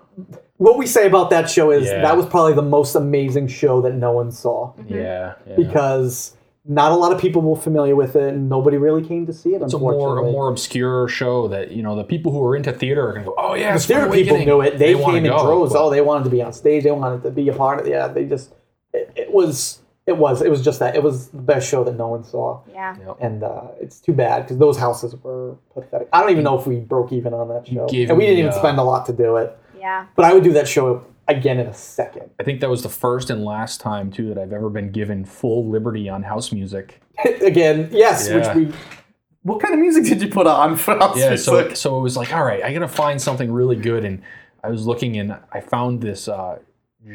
S1: what we say about that show is
S2: Yeah.
S1: that was probably the most amazing show that no one saw
S2: Yeah, yeah.
S1: because not a lot of people were familiar with it and nobody really came to see it.
S2: it's a more a
S1: unfortunately.
S2: more obscure show that you know the people who are into theater are gonna go. Oh yeah, the
S1: theater people knew it. They, came in droves. Oh, they wanted to be on stage. They wanted to be a part of. Yeah, they just it, it was it was it was just that it was the best show that no one saw.
S4: Yeah.
S1: And uh, it's too bad because those houses were pathetic. I don't even know if we broke even on that show,
S2: gave
S1: and we didn't
S2: me,
S1: even
S2: uh,
S1: spend a lot to do it.
S4: Yeah.
S1: But I would do that show again in a second.
S2: I think that was the first and last time too that I've ever been given full liberty on house music.
S1: again. Yes,
S2: Yeah.
S1: which we. What kind of music did you put on for us?
S2: Yeah, so
S1: Like,
S2: so it was like, all right, I gotta find something really good, and I was looking and I found this uh,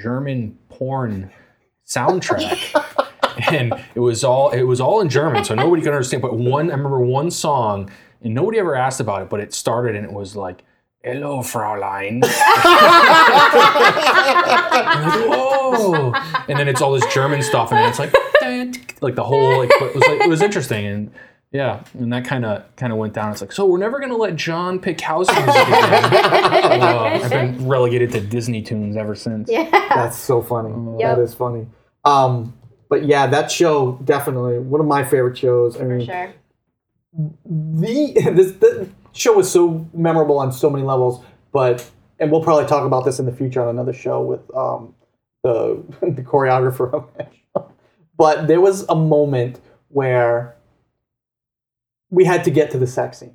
S2: German porn soundtrack, and it was all it was all in German, so nobody could understand. But one, I remember one song, and nobody ever asked about it, but it started and it was like Hello, Fraulein. Whoa! And then it's all this German stuff, and it's like, like the whole like it was like it was interesting, and yeah, and that kind of kind of went down. It's like, so we're never gonna let John pick house music again. Well, I've been relegated to Disney tunes ever since.
S4: Yeah.
S1: That's so funny.
S4: Yep.
S1: That is funny. Um, but yeah, that show definitely one of my favorite shows. I
S4: For
S1: mean,
S4: sure.
S1: the this the show was so memorable on so many levels. But and we'll probably talk about this in the future on another show with um, the the choreographer of that show. But there was a moment where we had to get to the sex scene,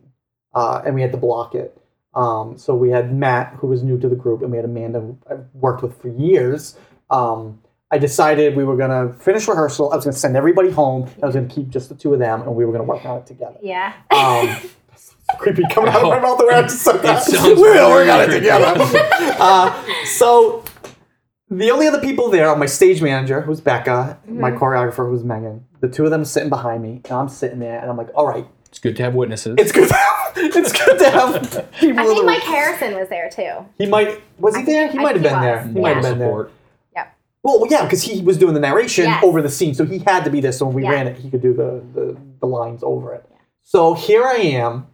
S1: uh, and we had to block it. Um, so we had Matt, who was new to the group, and we had Amanda, who I've worked with for years. Um, I decided we were gonna finish rehearsal. I was gonna send everybody home. I was gonna keep just the two of them, and we were gonna work on it together.
S4: Yeah.
S1: Um, that's so creepy coming out of my
S2: Oh.
S1: mouth the way I just said that.
S2: sounds
S1: We're gonna work on it
S2: very
S1: together. uh, so the only other people there are my stage manager, who's Becca, my
S4: Mm-hmm.
S1: choreographer, who's Megan. The two of them sitting behind me, and I'm sitting there, and I'm like, all right,
S2: It's good to have witnesses.
S1: it's good. To have, it's good to have people.
S4: I
S1: in the
S4: think
S1: room.
S4: Mike Harrison was there too.
S1: He might was he there? He
S4: I
S1: might have
S4: think he
S1: been there.
S4: was.
S1: He
S2: Moral
S1: might have been there.
S2: support.
S4: Yep.
S1: Well, yeah, because he was doing the narration
S4: Yes.
S1: over the scene, so he had to be there. So when we
S4: Yeah.
S1: ran it, he could do the, the, the lines over it. So here I am.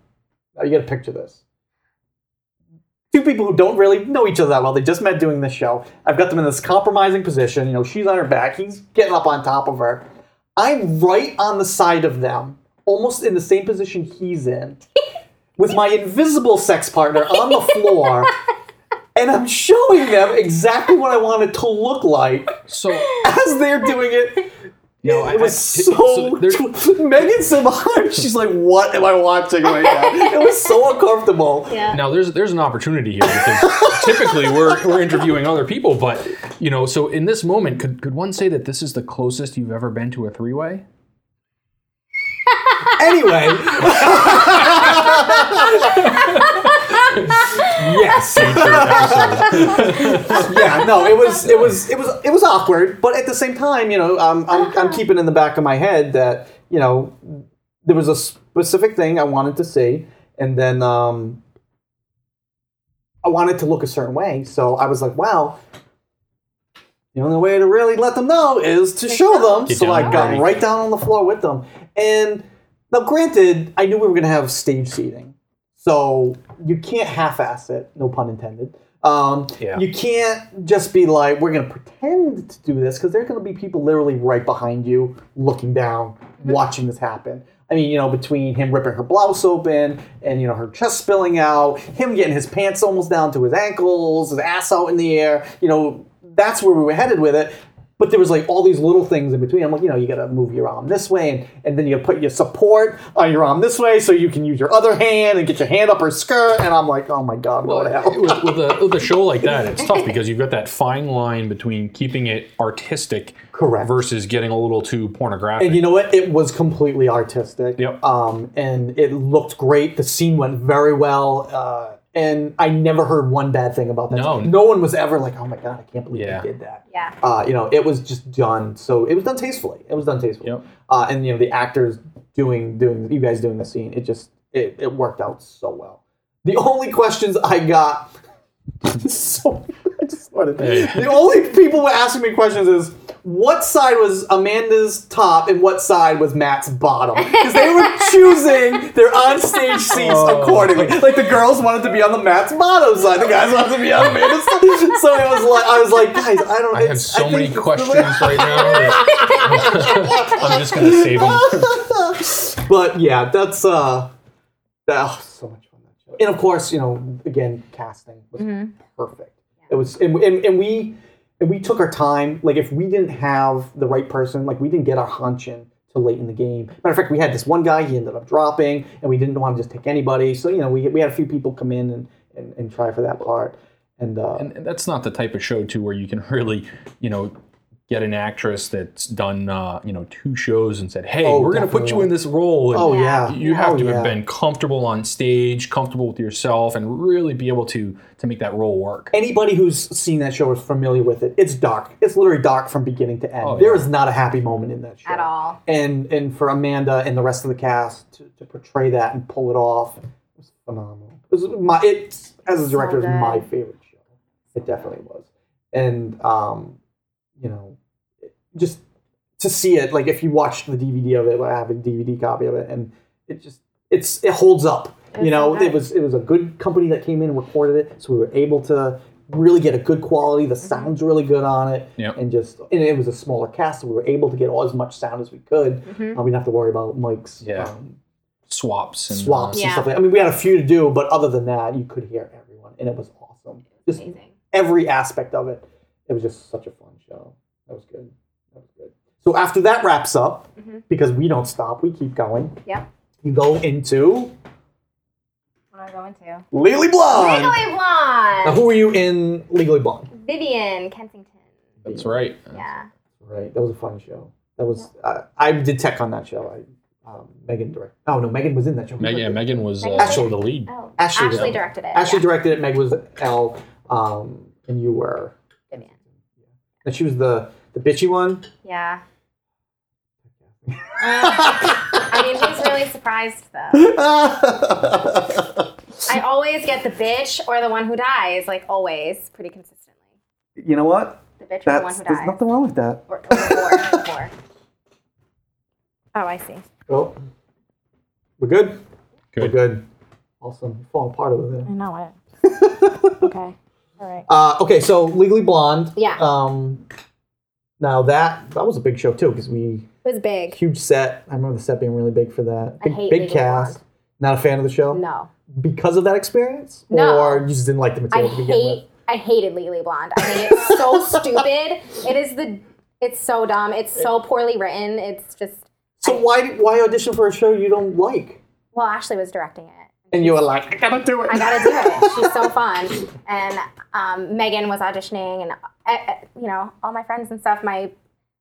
S1: Now you got to picture this. Two people who don't really know each other that well. They just met doing this show. I've got them in this compromising position. You know, she's on her back. He's getting up on top of her. I'm right on the side of them, almost in the same position he's in, with my invisible sex partner on the floor. And I'm showing them exactly what I want it to look like
S2: So
S1: as they're doing it.
S2: No, I-
S1: it was
S2: I-
S1: so.
S2: there-
S1: Megan said behind, her, she's like, "What am I watching right now?" It was so uncomfortable.
S4: Yeah.
S2: now there's there's an opportunity here because typically we're we're interviewing other people, but you know, so in this moment, could could one say that this is the closest you've ever been to a three way?
S1: Anyway, yes, yeah, no, it was, it was, it was, it was awkward, but at the same time, you know, um, I'm, I'm keeping in the back of my head that you know there was a specific thing I wanted to see, and then um, I wanted to look a certain way, so I was like, wow. The only way to really let them know is to show them.
S2: Get
S1: so
S2: down
S1: I
S2: and
S1: got
S2: dirty.
S1: right down on the floor with them. And now, granted, I knew we were going to have stage seating. So you can't half ass it, no pun intended. Um,
S2: Yeah.
S1: You can't just be like, we're going to pretend to do this because there are going to be people literally right behind you, looking down, watching this happen. I mean, you know, between him ripping her blouse open and, you know, her chest spilling out, him getting his pants almost down to his ankles, his ass out in the air, you know, that's where we were headed with it. But there was like all these little things in between. I'm like, you know, you gotta move your arm this way, and, and then you put your support on your arm this way so you can use your other hand and get your hand up her skirt. And I'm like, oh my god, what the hell?
S2: with, with, a, with a show like that, it's tough because you've got that fine line between keeping it artistic
S1: Correct.
S2: versus getting a little too pornographic.
S1: And you know what? It was completely artistic.
S2: Yep.
S1: Um, and it looked great. The scene went very well. Uh, and I never heard one bad thing about that.
S2: No.
S1: No one was ever like, oh my god, I can't believe
S2: Yeah.
S1: you did that.
S4: Yeah.
S1: Uh, you know, it was just done. So it was done tastefully. It was done tastefully.
S2: Yep.
S1: Uh, and you know, the actors doing doing you guys doing the scene, it just it, it worked out so well. The only questions I got so I just wanted the only people were asking me questions is what side was Amanda's top and what side was Matt's bottom? Because they were choosing their onstage seats
S2: Oh.
S1: accordingly. Like the girls wanted to be on the Matt's bottom side, the guys wanted to be on Amanda's. side. So it was like I was like, guys, I don't.
S2: I have
S1: it's-
S2: so many
S1: think-
S2: questions right now. that I'm just gonna save them.
S1: but yeah, that's uh, oh, so much fun that show. And of course, you know, again, casting was perfect. It was, and, and, and we and we took our time. Like if we didn't have the right person, like we didn't get our hunch in till late in the game. Matter of fact, we had this one guy. He ended up dropping, and we didn't want to just take anybody. So you know, we we had a few people come in and and, and try for that part. And, uh,
S2: And that's not the type of show too where you can really, you know, get an actress that's done, uh, you know, two shows and said, "Hey,
S1: Oh,
S2: we're going to put you
S1: definitely.
S2: in this role." And
S1: oh yeah,
S2: You have
S1: Oh,
S2: to have
S1: yeah.
S2: been comfortable on stage, comfortable with yourself, and really be able to to make that role work.
S1: anybody who's seen that show is familiar with it. It's dark. It's literally dark from beginning to end.
S2: Oh,
S1: There
S2: yeah.
S1: is not a happy moment in that show
S4: At all.
S1: And and for Amanda and the rest of the cast to, to portray that and pull it off it was phenomenal. It was my it's as a director
S4: So
S1: is my
S4: good.
S1: favorite show. It definitely was, and um, you know, it- just to see it like if you watch the DVD of it, I have a DVD copy of it, and it just it's it holds up.
S4: It's
S1: You know,
S4: so
S1: it was it was a good company that came in and recorded it, so we were able to really get a good quality. The sound's really good on it,
S2: Yep.
S1: and just and it was a smaller cast, so we were able to get all, as much sound as we could.
S4: Mm-hmm.
S1: Uh, we didn't have to worry about mics.
S2: Yeah.
S1: um,
S2: swaps and uh,
S1: swaps
S4: Yeah.
S1: and stuff like I mean, we had a few to do, but other than that, you could hear everyone, and it was awesome. Just
S4: Amazing.
S1: every aspect of it. It was just such a fun show. That was good. That was good. So after that wraps up, because we don't stop, we keep going.
S4: Mm-hmm. Yep.
S1: You go into
S4: What am I going to?
S1: Legally Blonde.
S4: Legally
S1: Now,
S4: Blonde.
S1: who were you in Legally Blonde?
S4: Vivian Kensington.
S2: That's right.
S4: Yeah.
S1: Right. That was a fun show. That was uh, I did tech on that show. I um, Megan directed. Oh no, Megan was in that show.
S2: Meg, yeah, Megan was uh,
S4: Megan-
S2: actually the lead.
S4: Oh.
S1: Ashley did.
S4: directed it.
S1: Ashley directed it. Meg was L, um, and you were.
S4: yeah. Vivian.
S1: And she was the the bitchy one.
S4: Yeah. Uh, I mean, he's really surprised though. I always get the bitch or the one who dies, like always, pretty consistently.
S1: you know what?
S4: The bitch or the one
S1: That's
S4: who
S1: there's
S4: dies.
S1: nothing wrong with that.
S4: Or, or, or, or. Oh, I see.
S1: Well, we're good. We're
S2: Good.
S1: good. Awesome. You're falling apart over there.
S4: know it. okay. All right.
S1: Uh, okay, so Legally Blonde.
S4: Yeah.
S1: Um, now that that was a big show too because we
S4: It was big.
S1: huge set. I remember the set being really big for that.
S4: I
S1: Big,
S4: hate
S1: big
S4: Legally
S1: cast.
S4: Blonde.
S1: Not a fan of the show
S4: No.
S1: because of that experience,
S4: No.
S1: or you just didn't like the
S4: I
S1: material to begin with.
S4: hate I hated Legally Blonde. I mean it's so stupid. It is the it's so dumb. It's so poorly written. It's just
S1: So why why audition for a show you don't like?
S4: well, Ashley was directing it.
S1: And you were like, I gotta do it.
S4: I gotta do it. She's so fun. And um, Megan was auditioning, and uh, uh, you know all my friends and stuff. My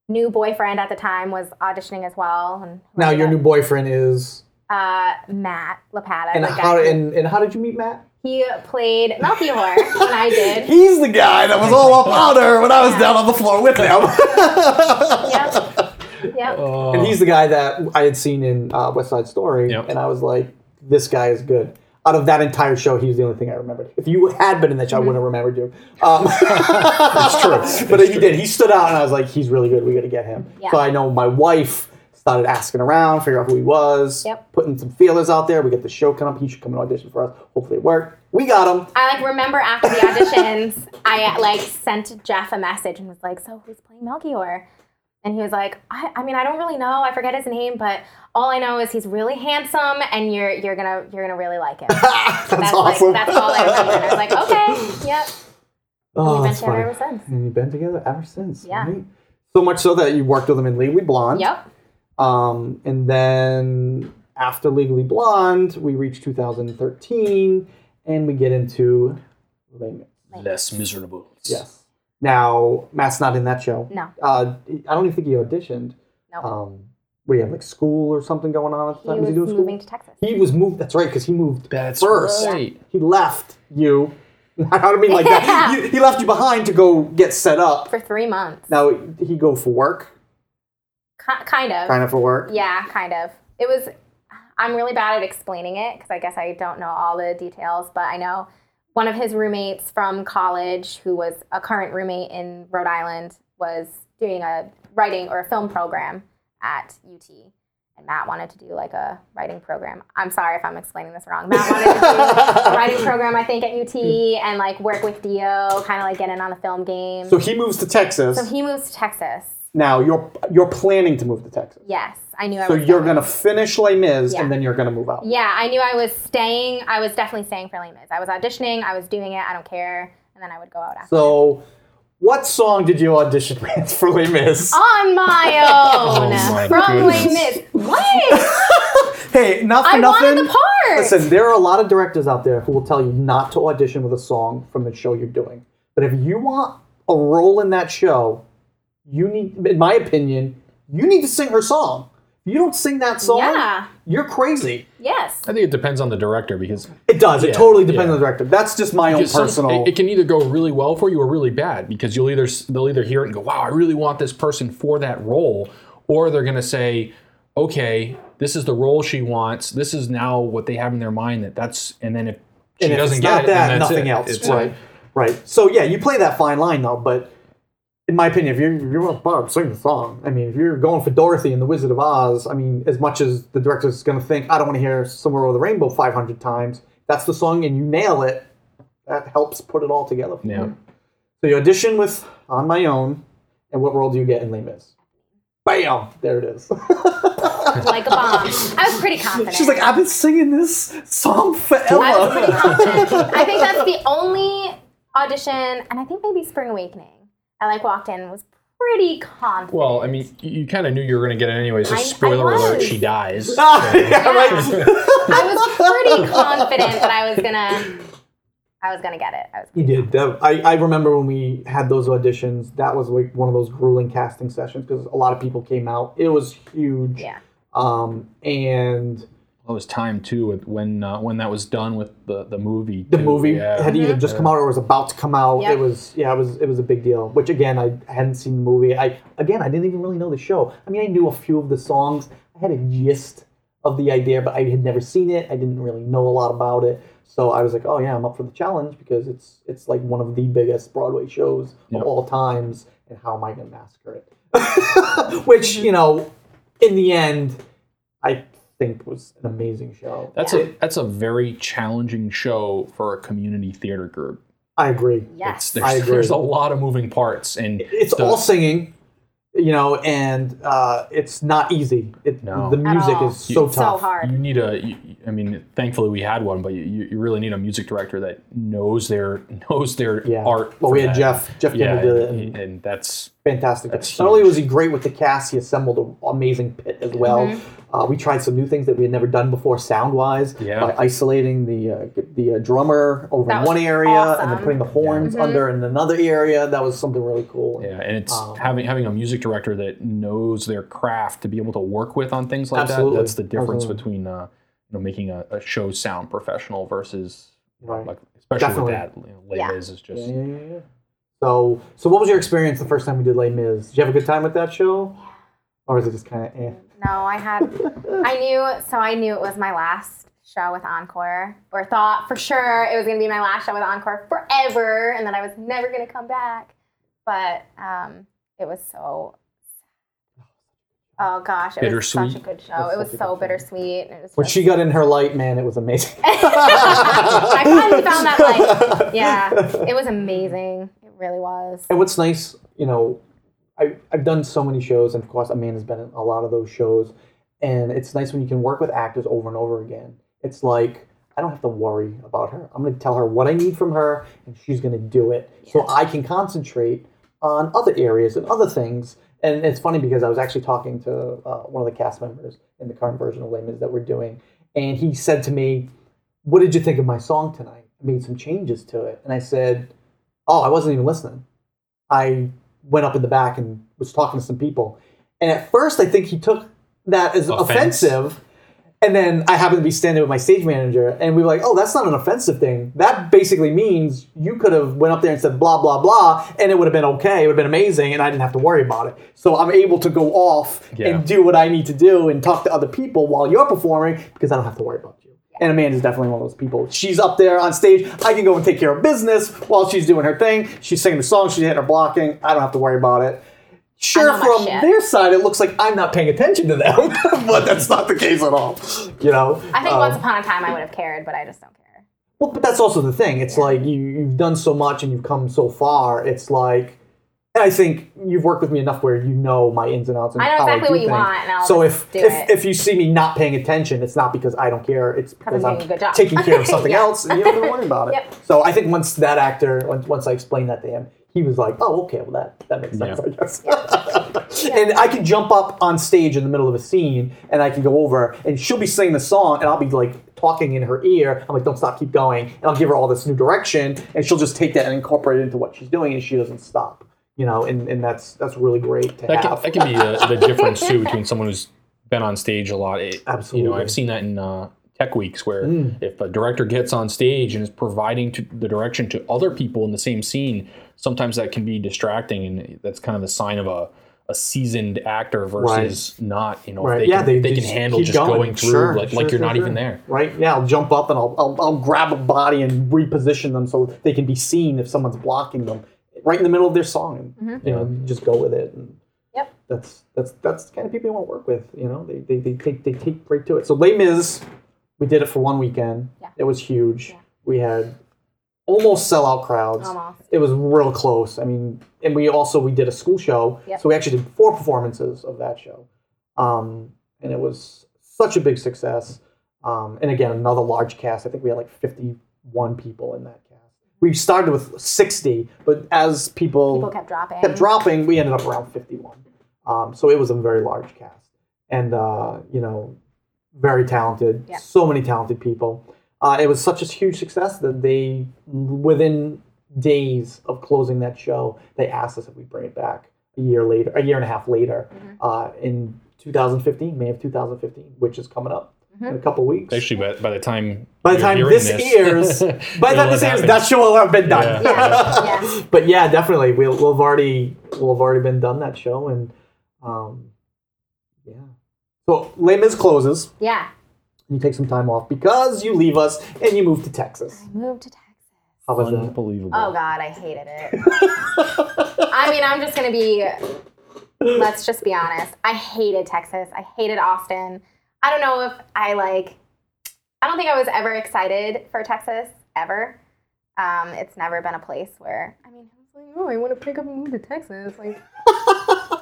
S4: new boyfriend at the time was auditioning as well. And
S1: now your new boyfriend is,
S4: uh, Matt Lapata.
S1: and
S4: the guy
S1: how
S4: who-
S1: and, and how did you meet Matt?
S4: he played Melchior, and I did.
S1: He's the guy that was all up on her when I was down on the floor with him.
S4: Yep. Yep.
S2: Uh,
S1: and he's the guy that I had seen in uh, West Side Story,
S2: Yep.
S1: and I was like, this guy is good. Out of that entire show, he was the only thing I remembered. If you had been in that show, I
S4: Mm-hmm.
S1: wouldn't have remembered you. Um, That's true. But he did. He stood out, and I was like, he's really good. We got to get him.
S4: Yeah.
S1: So I know my wife started asking around, figure out who he was,
S4: Yep.
S1: putting some feelers out there. We get the show come up. He should come and audition for us. Hopefully it worked. We got him.
S4: I like remember after the auditions, I like sent Jeff a message and was like, "So who's playing Melchior?" And he was like, I, "I mean, I don't really know. I forget his name, but all I know is he's really handsome, and you're you're gonna you're gonna really like him." that's
S1: that's, awesome.
S4: Like, that's all I remember. And I was like, "Okay, yep."
S1: Oh,
S4: We've been
S1: that's
S4: together
S1: funny.
S4: ever since.
S1: And you've been together ever since.
S4: Yeah.
S1: right? So much so that you worked with him in Legally Blonde.
S4: Yep.
S1: Um, and then after Legally Blonde, we reach 2013 and we get into Les Mis.
S2: less miserable.
S1: Yes. Now, Matt's not in that show.
S4: No.
S1: Uh, I don't even think he auditioned.
S4: No.
S1: Um, we had like school or something going on at the
S4: He
S1: time.
S4: was
S1: doing school?
S4: moving to Texas.
S1: He was moved. That's right, because he moved
S2: That's
S1: first.
S2: right.
S1: He left you. I don't mean like that. You- He, left you behind to go get set up.
S4: For three months.
S1: Now he go for work,
S4: Ki- kind of.
S1: kind of for work.
S4: Yeah, kind of. It was. I'm really bad at explaining it because I guess I don't know all the details, but I know one of his roommates from college, who was a current roommate in Rhode Island, was doing a writing or a film program at UT. And Matt wanted to do like a writing program. I'm sorry if I'm explaining this wrong. Matt wanted to do a writing program, I think, at UT and like work with Dio, kind of like get in on the film game.
S1: Mm. So he moves to Texas.
S4: So he moves to Texas.
S1: now you're you're planning to move to Texas.
S4: Yes, I knew I
S1: So
S4: was
S1: you're
S4: going.
S1: gonna finish Les Mis
S4: Yeah.
S1: and then you're gonna move out.
S4: Yeah, I knew I was staying. I was definitely staying for Les Mis. I was auditioning. I was doing it. I don't care. And then I would go out after.
S1: So, what song did you audition with for Les Mis?
S4: on my own
S2: Oh my
S4: from Les
S2: goodness.
S4: Mis. What?
S1: hey, not for
S4: I
S1: nothing.
S4: wanted the part.
S1: Listen, there are a lot of directors out there who will tell you not to audition with a song from the show you're doing. But if you want a role in that show, you need, in my opinion, you need to sing her song. If you don't sing that song,
S4: Yeah.
S1: you're crazy.
S4: yes.
S2: I think it depends on the director because
S1: It does.
S2: Yeah,
S1: it totally depends
S2: yeah.
S1: on the director. That's just my own
S2: Just some-
S1: personal.
S2: it, it can either go really well for you or really bad because you'll either s- they'll either hear it and go, "Wow, I really want this person for that role," or they're going to say, "Okay, this is the role she wants. This is now what they have in their mind that that's." And then if
S1: and
S2: She
S1: if
S2: doesn't
S1: it's
S2: get
S1: not
S2: it,
S1: that,
S2: then that's
S1: nothing
S2: it.
S1: else.
S2: It's-
S1: right. Right. So yeah, you play that fine line though, but in my opinion, if you're if you're on Bob, sing the song. I mean, if you're going for Dorothy and the Wizard of Oz, I mean, as much as the director's gonna think, I don't want to hear somewhere over the rainbow five hundred times, that's the song and you nail it, that helps put it all together. for
S2: Yeah.
S1: you. So you audition with On My Own, and what role do you get in Les Mis? Bam! There it is.
S4: like a bomb. I was pretty confident.
S1: She's like, I've been singing this song forever.
S4: I was pretty confident. I think that's the only audition, and I think maybe Spring Awakening. I like walked in and was pretty confident.
S2: Well, I mean, you, you kind of knew you were going to get it anyway. So
S4: I- I
S2: spoiler alert:
S4: was.
S2: she dies.
S1: Ah, yeah, right.
S4: I was pretty confident that I was gonna, I was gonna get it. I was
S1: You did. That, I, I remember when we had those auditions. That was like one of those grueling casting sessions because a lot of people came out. It was huge.
S4: yeah.
S1: Um, and
S2: Well, it was time too with when uh, when that was done with the the movie.
S1: the
S2: too.
S1: movie
S2: Yeah.
S1: had either just come out or was about to come out.
S4: Yeah.
S1: It was yeah, it was it was a big deal. Which again, I hadn't seen the movie. I again, I didn't even really know the show. I mean, I knew a few of the songs. I had a gist of the idea, but I had never seen it. I didn't really know a lot about it. So I was like, oh yeah, I'm up for the challenge because it's it's like one of the biggest Broadway shows
S2: Yeah.
S1: of all times. And how am I going to massacre it? Which you know, in the end, I think was an amazing show.
S2: That's a that's a very challenging show for a community theater group.
S1: I agree.
S2: It's,
S4: Yes.
S1: I
S2: there's,
S1: agree.
S2: there's a lot of moving parts, and
S1: it's
S2: the-
S1: all singing you know and uh, it's not easy it,
S2: No.
S1: the
S4: At
S1: music
S4: all.
S1: is so
S4: so
S1: tough
S4: hard.
S2: you need a. you- I mean, thankfully we had one, but you, you really need a music director that knows their knows their
S1: yeah
S2: art.
S1: well
S2: for
S1: we had
S2: that.
S1: jeff jeff
S2: Yeah,
S1: Kimball did it
S2: and,
S1: and
S2: and that's
S1: fantastic
S2: that's
S1: not only
S2: huge.
S1: was he great with the cast he assembled an amazing pit as well
S4: Mm-hmm.
S1: uh, we tried some new things that we had never done before sound wise
S2: Yeah.
S1: by isolating the uh, g- the uh, drummer over
S4: That
S1: in
S4: was
S1: one area and then
S4: awesome. Mm-hmm.
S1: putting the horns under in another area that was something really cool
S2: yeah, and it's
S1: Um,
S2: having having a music director that knows their craft to be able to work with on things like
S1: Absolutely.
S2: that. That's the difference
S1: Absolutely.
S2: between uh, you know making a, a show sound professional versus
S1: Right.
S2: like especially
S1: Definitely.
S2: with that. You know, Les
S4: Yeah.
S2: Mis is just
S1: Yeah, yeah, yeah, yeah. So, so what was your experience the first time we did Les Mis? Did you have a good time with that show, or is it just kind of eh?
S4: No, I had, I knew, so I knew it was my last show with Encore, or thought for sure it was going to be my last show with Encore forever, and that I was never going to come back. But um, it was so, oh gosh, it was such a
S2: Bittersweet.
S4: good show. It was so bittersweet. and It was
S1: When she got in her light, man, it was amazing.
S4: I finally found that like, yeah, it was amazing. It really was.
S1: And what's nice, you know, I, I've done so many shows, and of course, Amanda's been in a lot of those shows. And it's nice when you can work with actors over and over again. It's like, I don't have to worry about her. I'm going to tell her what I need from her, and she's going to do it. So I can concentrate on other areas and other things. And it's funny because I was actually talking to uh, one of the cast members in the current version of Les Mis that we're doing, and he said to me, What did you think of my song tonight? I made some changes to it. And I said, Oh, I wasn't even listening. I went up in the back and was talking to some people. And at first, I think he took that as
S2: Offense.
S1: offensive. And then I happened to be standing with my stage manager, and we were like, "Oh, that's not an offensive thing. That basically means you could have went up there and said blah blah blah, and it would have been okay. It would have been amazing, and I didn't have to worry about it. So I'm able to go off
S2: Yeah.
S1: and do what I need to do and talk to other people while you're performing because I don't have to worry about you. And Amanda's definitely one of those people. She's up there on stage. I can go and take care of business while she's doing her thing. She's singing the song. She's hitting her blocking. I don't have to worry about it. Sure,
S4: know my
S1: from
S4: shit.
S1: their side, it looks like I'm not paying attention to them, but that's not the case at all. You know.
S4: I think
S1: Um,
S4: once upon a time I would have cared, but I just don't care.
S1: well, but that's also the thing. It's like you, you've done so much and you've come so far. It's like, and I think you've worked with me enough where you know my ins and outs. And
S4: I know
S1: how
S4: exactly
S1: do
S4: what you
S1: things.
S4: want, and I'll
S1: so
S4: just
S1: if
S4: do
S1: if,
S4: it.
S1: if you see me not paying attention, it's not because I don't care. It's because
S4: I'm
S1: I'm
S4: doing a good job.
S1: taking care of something
S4: Yeah.
S1: else, and you don't have to worry about it.
S4: Yep.
S1: So I think once that actor, once, once I explained that to him, he was like, "Oh, okay, well that that makes sense,
S2: Yeah.
S1: I guess." and I can jump up on stage in the middle of a scene and I can go over and she'll be singing the song and I'll be like talking in her ear. I'm like, don't stop, keep going. And I'll give her all this new direction and she'll just take that and incorporate it into what she's doing and she doesn't stop. You know, and, and that's that's really great to
S2: that
S1: have.
S2: can, that can be uh, the difference too between someone who's been on stage a lot. It- you
S1: Absolutely. Hmm.
S2: know I've seen that in uh, tech weeks where if a director gets on stage and is providing to the direction to other people in the same scene, sometimes that can be distracting, and that's kind of the sign of a, a seasoned actor versus not. You know,
S1: Right.
S2: if they
S1: yeah,
S2: can,
S1: they,
S2: they, can
S1: just
S2: handle
S1: keep
S2: just going, through
S1: Sure,
S2: like
S1: sure,
S2: like you're
S1: sure,
S2: not
S1: sure.
S2: even there.
S1: Right? Yeah, I'll jump up and I'll, I'll I'll grab a body and reposition them so they can be seen if someone's blocking them right in the middle of their song. And, You know, you just go with it. And
S4: Mm-hmm. Yep.
S1: That's that's that's the kind of people you want to work with. You know, they they, they take they take right to it. So Les Mis, we did it for one weekend.
S4: Yeah.
S1: It was huge. We had almost sellout crowds.
S4: Almost.
S1: It was real close. I mean, and we also we did a school show,
S4: Yep.
S1: so we actually did four performances of that show, um, and it was such a big success. Um, and again, another large cast. I think we had like fifty-one people in that cast. We started with sixty, but as people,
S4: People kept dropping.
S1: kept dropping, we ended up around fifty-one. Um, so it was a very large cast, and uh, you know, very talented.
S4: Yeah.
S1: So many talented people. Uh, it was such a huge success that they, within days of closing that show, they asked us if we bring it back a year later, a year and a half later, uh, in 2015, May of 2015, which is coming up in a couple weeks.
S2: Actually, by, by the time
S1: by the
S2: you're
S1: time
S2: hearing
S1: this, airs, by the time
S2: it'll
S1: this airs,
S2: have happened.
S1: that show will have been done.
S2: Yeah.
S4: Yeah. Yeah.
S1: but yeah, definitely, we'll, we'll have already we'll have already been done that show, and um, yeah. So Les Mis closes
S4: yeah.
S1: you take some time off because you leave us and you move to Texas.
S4: Moved to Texas.
S1: How about that?
S2: unbelievable.
S4: Oh God, I hated it. I mean, I'm just gonna be. Let's just be honest. I hated Texas. I hated Austin. I don't know if I like. I don't think I was ever excited for Texas ever. Um, it's never been a place where I mean, I was like, oh, I want to pick up and move to Texas. Like,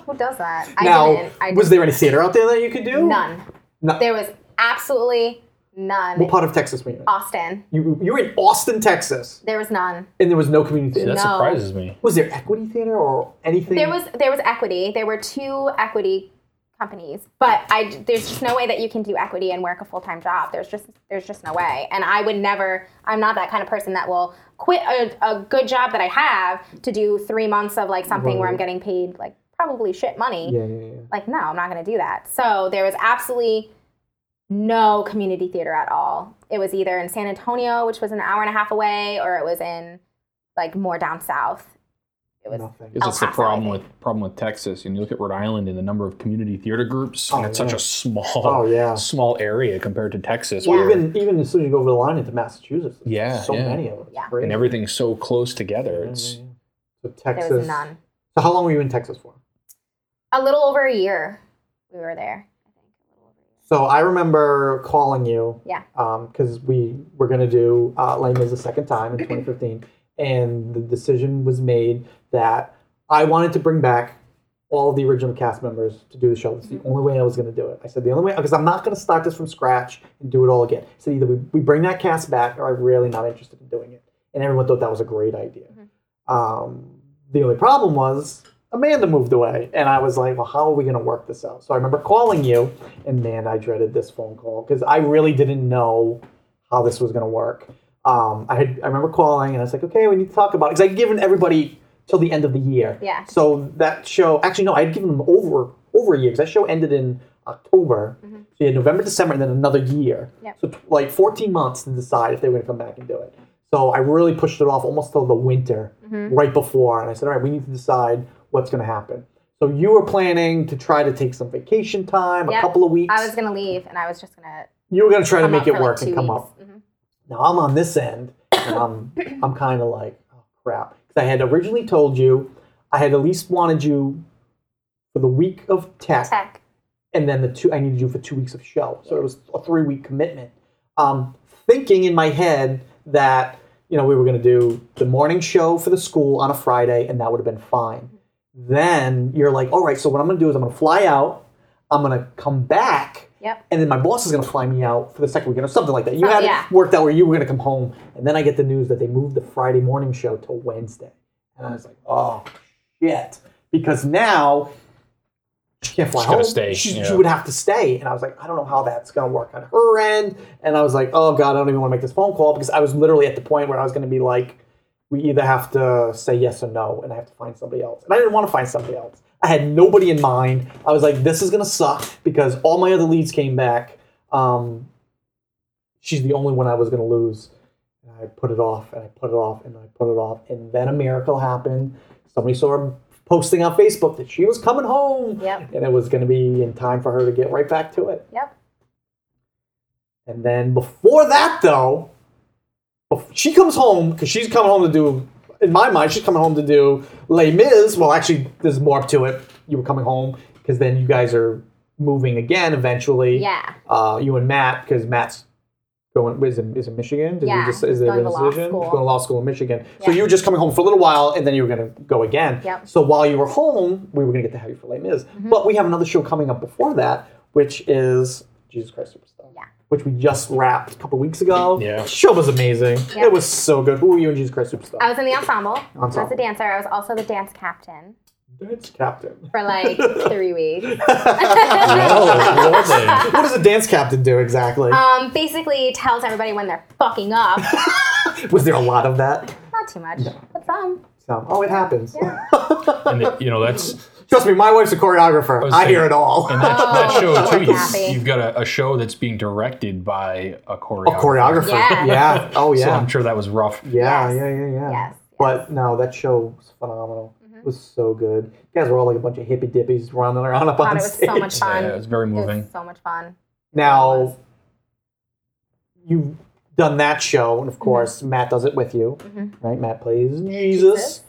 S4: who does that? I
S1: Now,
S4: didn't. I
S1: was there any theater out there that you could do?
S4: none?
S1: No.
S4: There was absolutely none.
S1: What part of Texas were you in?
S4: Oh. Austin.
S1: You, you were in Austin, Texas,
S4: There was none.
S1: and there was no community theater.
S2: that
S4: No.
S2: surprises me.
S1: Was there equity theater or anything?
S4: There was there was equity. There were two equity companies, but I there's just no way that you can do equity and work a full time job. There's just there's just no way. And I would never. I'm not that kind of person that will quit a, a good job that I have to do three months of like something where I'm
S1: Right.
S4: getting paid like probably shit money.
S1: Yeah, yeah, yeah.
S4: Like no, I'm not going to do that. So there was absolutely no community theater at all. It was either in San Antonio, which was an hour and a half away, or it was in like more down south. It was
S1: Nothing.
S2: Because it's the
S4: Paso, I
S2: problem
S4: think.
S2: with problem with Texas. And you look at Rhode Island and the number of community theater groups, and
S1: Oh,
S2: it's
S1: yeah.
S2: such a small,
S1: Oh, yeah.
S2: small area compared to Texas.
S4: Yeah.
S2: where-
S1: Even even as soon as you go over the line into Massachusetts, there's
S2: Yeah,
S1: so
S2: yeah.
S1: many of them. It's
S4: Yeah.
S1: crazy.
S2: and everything's so close together. It's
S1: Yeah, yeah, yeah. So Texas.
S4: there was none.
S1: So how long were you in Texas for?
S4: a little over a year we were there. I think a little over a year.
S1: So I remember calling you.
S4: Yeah.
S1: Because we were going to do uh, Les Mis the second time in 2015. and the decision was made that I wanted to bring back all of the original cast members to do the show. It's the
S4: Mm-hmm.
S1: only way I was going to do it. I said, the only way, because I'm not going to start this from scratch and do it all again. I said, either we, we bring that cast back or I'm really not interested in doing it. And everyone thought that was a great idea.
S4: Mm-hmm.
S1: Um, the only problem was Amanda moved away, and I was like, "Well, how are we going to work this out?" So I remember calling you, and man, I dreaded this phone call because I really didn't know how this was going to work. Um, I had I remember calling, and I was like, "Okay, we need to talk about it," because I'd given everybody till the end of the year.
S4: Yeah.
S1: So that show, actually, no, I'd given them over over a year because that show ended in October.
S4: Mm-hmm.
S1: So you had November, December, and then another year.
S4: Yep.
S1: So t- like 14 months to decide if they were going to come back and do it. So I really pushed it off almost till the winter,
S4: Mm-hmm.
S1: right before, and I said, all right, we need to decide what's going to happen. So you were planning to try to take some vacation time, a
S4: Yep.
S1: couple of weeks.
S4: I was gonna leave, and I was just gonna
S1: you were going to try to
S4: come
S1: make
S4: up
S1: it
S4: for, like,
S1: work
S4: two
S1: and come
S4: weeks.
S1: up.
S4: Mhm.
S1: Now I'm on this end, and I'm I'm kind of like, oh crap, because I had originally told you I had at least wanted you for the week of
S4: Tech.
S1: and then the two I needed you for two weeks of show. So it was a three week commitment. Um, thinking in my head that you know we were going to do the morning show for the school on a Friday, and that would have been fine. Then you're like, all right, so what I'm going to do is I'm going to fly out. I'm going to come back.
S4: Yep.
S1: And then my boss is going to fly me out for the second weekend or something like that. You
S4: Oh,
S1: had
S4: yeah.
S1: it worked out where you were going to come home, and then I get the news that they moved the Friday morning show to Wednesday, and I was like, oh shit, because now she can't fly
S2: She's gotta
S1: home.
S2: stay,
S1: She,
S2: yeah.
S1: she would have to stay. And I was like, I don't know how that's going to work on her end. And I was like, oh God, I don't even want to make this phone call because I was literally at the point where I was going to be like, we either have to say yes or no and I have to find somebody else. And I didn't want to find somebody else. I had nobody in mind. I was like, this is going to suck because all my other leads came back. Um, she's the only one I was going to lose. And I put it off and I put it off and I put it off. And then a miracle happened. Somebody saw a posting on Facebook that she was coming home
S4: Yep.
S1: and it was going to be in time for her to get right back to it.
S4: Yep.
S1: And then before that, though, bef- she comes home because she's coming home to do. In my mind, she's coming home to do Les Mis. Well, actually, there's more up to it. You were coming home because then you guys are moving again eventually.
S4: Yeah.
S1: Uh, you and Matt because Matt's going. Is it, is it Michigan? Did
S4: Yeah,
S1: You just, is it
S4: going
S1: a
S4: to law
S1: decision? He's
S4: school.
S1: Going to law school in Michigan. So
S4: Yeah.
S1: you were just coming home for a little while, and then you were going to go again.
S4: Yep. Mm-hmm.
S1: So while you were home, we were going to get to have you for Les Mis. But we have another show coming up before that, which is Jesus Christ Superstar
S4: Yeah.
S1: which we just wrapped a couple weeks ago.
S2: Yeah.
S1: show was amazing.
S4: Yeah. Uh,
S1: It was so good. Who were you and Jesus Christ Superstar?
S4: I was in the ensemble. I was
S1: Ensemble.
S4: a dancer. I was also the dance captain
S1: dance captain.
S4: for like three weeks.
S2: Oh, Lord, they-
S1: What does a dance captain do exactly?
S4: Um, basically tells everybody when they're fucking up.
S1: was there a lot of that?
S4: Not too much, but some.
S1: So, oh, it happens.
S2: and it- you know that's
S1: Trust me, my wife's a choreographer.
S2: was
S1: I,
S2: saying-
S1: hear it all.
S2: and that, that show
S4: Oh,
S2: too. You,
S4: happy.
S2: have got a, a show that's being directed by a
S1: a
S2: choreographer.
S1: choreographer.
S4: Yeah.
S1: Oh yeah.
S2: So I'm sure that was rough.
S1: yeah,
S4: Yes.
S1: yeah, yeah, yeah.
S4: Yes. Mm-hmm.
S1: But no, that show was phenomenal. It was so good. You guys were all like a bunch of hippy dippies running around up
S4: God,
S1: on
S4: it was
S1: stage.
S4: so much fun.
S2: Yeah, it was very
S4: It
S2: moving.
S4: was so much fun.
S1: Now,
S4: was.
S1: you've done that show, and of course, Matt does it with you, right? Matt plays Jesus.
S4: Mm-hmm. Jesus.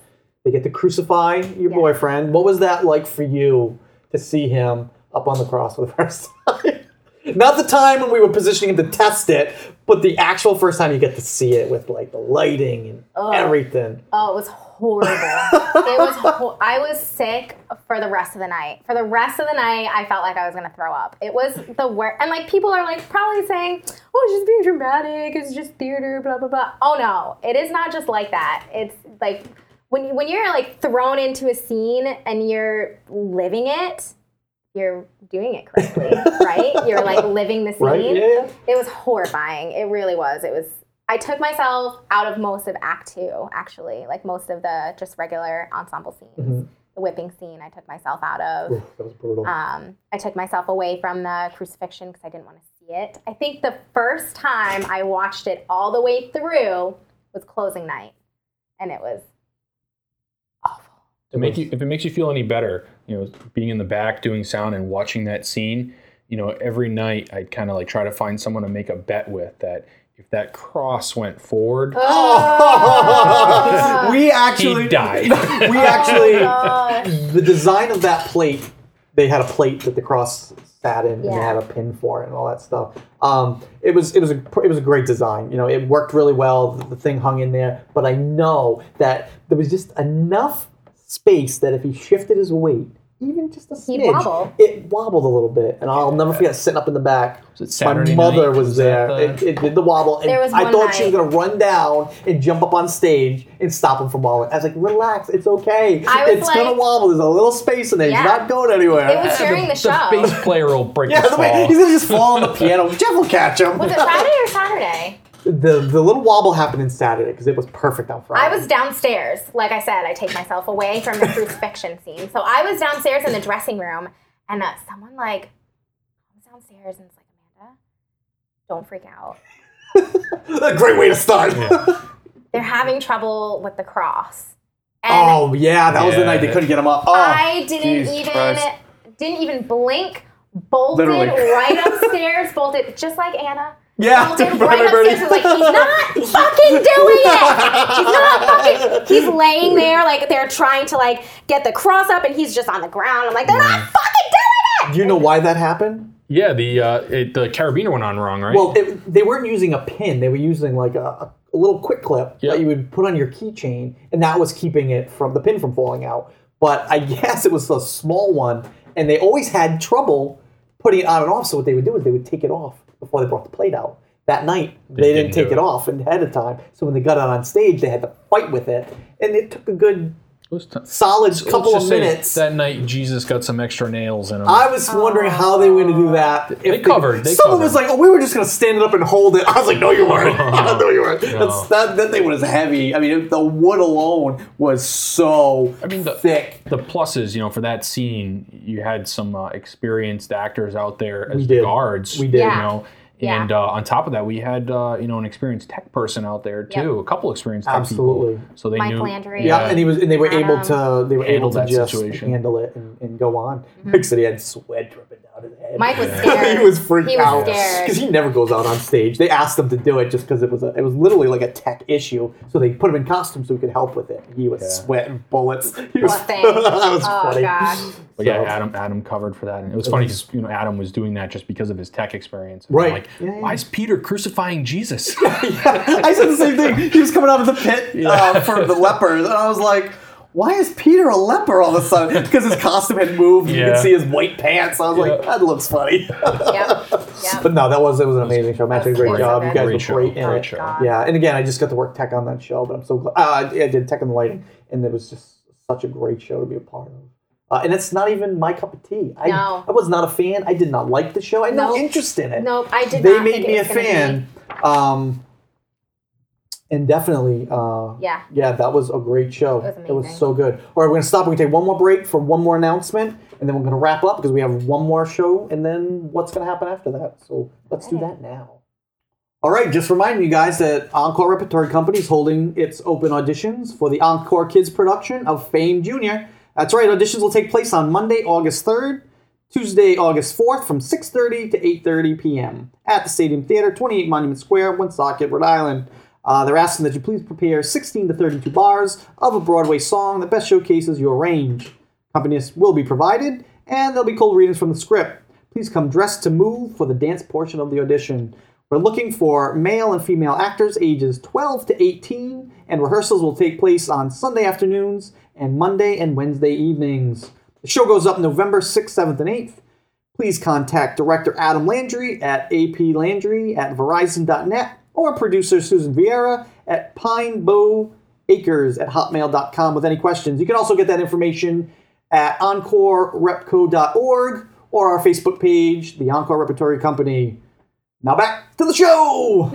S1: They get to crucify your
S4: Yeah.
S1: boyfriend. What was that like for you to see him up on the cross for the first time? Not the time when we were positioning him to test it, but the actual first time you get to see it with like the lighting and everything.
S4: Oh, it was horrible. it was. Ho- I was sick for the rest of the night. For the rest of the night, I felt like I was gonna throw up. It was the worst. And like people are like probably saying, "Oh, it's just being dramatic. It's just theater." Blah blah blah. Oh no, it is not just like that. It's like when you, when you're like thrown into a scene and you're living it, you're doing it correctly, right? You're like living the scene.
S1: Right? Yeah, yeah.
S4: It was horrifying. It really was. It was. I took myself out of most of Act Two, actually, like most of the just regular ensemble scenes. The whipping scene, I took myself out of.
S1: Mm-hmm. Oof, that was brutal.
S4: Um, I took myself away from the crucifixion because I didn't want to see it. I think the first time I watched it all the way through was closing night, and it was
S2: To make you, if it makes you feel any better, you know, being in the back doing sound and watching that scene, you know, every night I'd kind of like try to find someone to make a bet with that if that cross went forward,
S4: Uh,
S1: we
S2: he'd
S1: actually
S2: die.
S1: we actually
S4: Oh,
S1: the design of that plate they had a plate that the cross sat in and they
S4: Yeah.
S1: had a pin for it and all that stuff um, it was it was a pr- it was a great design you know it worked really well the, the thing hung in there but i know that there was just enough space that if he shifted his weight even just a
S4: He'd
S1: smidge,
S4: wobble.
S1: it wobbled a little bit and i'll never forget sitting up in the back
S2: Was it
S1: my
S2: Saturday
S1: mother
S2: night?
S1: was,
S2: Was
S1: there.
S2: that
S1: It,
S2: the-
S1: it did the wobble. And
S4: There was
S1: I
S4: one
S1: thought she was
S4: night-
S1: going to run down and jump up on stage and stop him from wobbling. I was like, relax, it's okay.
S4: I was
S1: it's going to
S4: like-
S1: wobble. There's a little space in there.
S4: Yeah.
S1: He's not going anywhere.
S4: it was during the, show.
S2: the bass player will break
S1: yeah,
S2: the
S1: the way,
S2: fall.
S1: he's going to just fall on the piano. Jeff will catch him.
S4: Was it Friday or Saturday?
S1: the, the little wobble happened in Saturday because it was perfect on Friday.
S4: I was downstairs. Like I said, I take myself away from the crucifixion scene. So I was downstairs in the dressing room, and uh, someone like comes downstairs and is like, Amanda, don't freak out.
S1: a great way to start.
S4: They're having trouble with the cross. And
S1: oh, yeah, that was the
S2: Yeah.
S1: night they couldn't get him up. Oh,
S4: I didn't
S1: Jesus
S4: even
S1: Christ.
S4: didn't even blink. Bolted
S1: Literally.
S4: right upstairs. Bolted just like Anna.
S1: Yeah,
S4: Bolted
S1: Bernie,
S4: right
S1: Bernie.
S4: upstairs. Was like he's not fucking doing it. He's not fucking. He's laying there like they're trying to like get the cross up, and he's just on the ground. I'm like they're not fucking doing it.
S1: Do you know why that happened?
S2: Yeah, the uh, it, the carabiner went on wrong, right?
S1: Well, it, they weren't using a pin. They were using like a, a little quick clip
S2: Yeah.
S1: that you would put on your keychain, and that was keeping it from the pin from falling out. But I guess it was a small one, and they always had trouble putting it on and off. So what they would do is they would take it off before they brought the plate out. That night, they, didn't,
S2: didn't
S1: take
S2: do
S1: it.
S2: it.
S1: off ahead of time. So when they got out on stage, they had to fight with it, and it took a good
S2: It was t-
S1: solid couple of
S2: Let's just say
S1: minutes.
S2: That night, Jesus got some extra nails in him.
S1: I was wondering how they were going to do that. If
S2: They covered, they
S1: someone
S2: covered.
S1: was like, "Oh, we were just going to stand it up and hold it." I was like, "No, you weren't. no, you weren't."
S2: Oh.
S1: That's, that that thing was heavy. I mean, the wood alone was so
S2: I mean, the-
S1: thick.
S2: the pluses, you know, for that scene, you had some uh, experienced actors out there as
S1: did.
S2: guards.
S1: We did.
S2: you
S4: Yeah.
S2: know,
S4: Yeah.
S2: And uh, on top of that, we had uh, you know an experienced tech person out there
S4: Yep.
S2: too, a couple experienced tech people.
S1: Absolutely.
S2: So they
S4: Mike
S2: knew.
S4: Landry.
S1: Yeah, and he was, and they were able to, they were able
S2: Handle
S1: to
S2: that
S1: just
S2: situation.
S1: handle it and, and go on. Mike said he had sweat dripping down his head.
S4: Mm-hmm. Mike was
S2: Yeah.
S4: scared.
S1: he was freaked
S4: He was
S1: out
S4: scared.
S1: because he never goes out on stage. They asked him to do it just because it was a, it was literally like a tech issue, so they put him in costume so he could help with it. He was
S2: Yeah.
S1: sweating bullets. He was,
S4: Blessing.
S1: that was
S4: Oh,
S1: funny.
S4: gosh.
S2: But yeah,
S1: So-
S2: Adam Adam covered for that, and it was funny because you know Adam was doing that just because of his tech experience. And I'm
S1: Right.
S2: Like,
S1: Yeah, yeah.
S2: why is Peter crucifying Jesus?
S1: I said the same thing. He was coming out of the pit uh,
S2: Yeah.
S1: for the lepers, and I was like, "Why is Peter a leper all of a sudden?" Because his costume had moved. You
S2: Yeah.
S1: could see his white pants. I was like,
S2: Yeah.
S1: "That looks funny."
S4: Yep. Yep.
S1: But no, that was it was an amazing show. Matt did a great
S4: Great. Oh
S1: job. You guys
S2: Great
S1: were
S2: show.
S1: great in
S2: Great
S1: it.
S2: show.
S4: God.
S1: Yeah, and again, I just got to work tech on that show, but I'm so glad uh, yeah, I did tech and lighting, and it was just such a great show to be a part of. Uh, and it's not even my cup of tea. I,
S4: No.
S1: I was not a fan. I did not like the show. I had no
S4: Nope.
S1: interest in it.
S4: Nope, I did
S1: they
S4: not
S1: made
S4: think it
S1: me a
S4: was gonna be-
S1: fan. Um, and definitely, uh,
S4: Yeah.
S1: yeah, that was a great show.
S4: It was amazing.
S1: so good. All right, we're gonna stop. We're gonna take one more break for one more announcement, and then we're gonna wrap up because we have one more show, and then what's gonna happen after that? So let's do that now. All right, just reminding you guys that Encore Repertory Company is holding its open auditions for the Encore Kids production of Fame Junior. That's right, auditions will take place on Monday, August third, Tuesday, August 4th from 6.30 to 8.30 p.m. at the Stadium Theater, 28 Monument Square, Woonsocket, Rhode Island. Uh, they're asking that you please prepare 16 to 32 bars of a Broadway song that best showcases your range. Accompanists will be provided, and there'll be cold readings from the script. Please come dressed to move for the dance portion of the audition. We're looking for male and female actors ages 12 to 18, and rehearsals will take place on Sunday afternoons and Monday and Wednesday evenings. The show goes up November 6th, 7th, and 8th. Please contact director Adam Landry at aplandry at verizon.net or producer Susan Vieira at pinebowacres at hotmail.com with any questions. You can also get that information at encorerepco.org or our Facebook page, the Encore Repertory Company. Now back to the show!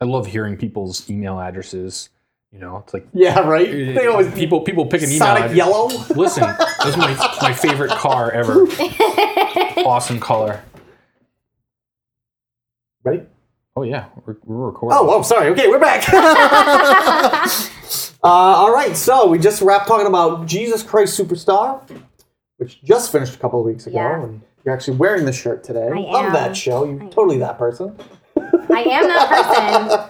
S2: I love hearing people's email addresses. You know, it's like
S1: yeah, right? They always
S2: people people pick an email.
S1: Sonic
S2: address.
S1: Yellow.
S2: Listen, that's my my favorite car ever. awesome color.
S1: Ready?
S2: Oh yeah, we're, we're recording.
S1: Oh, oh, sorry. Okay, we're back. Uh, all right, so we just wrapped talking about Jesus Christ Superstar, which just finished a couple of weeks ago,
S4: Yeah.
S1: and you're actually wearing the shirt today.
S4: I
S1: Love
S4: am.
S1: that show. You're totally that person.
S4: I am that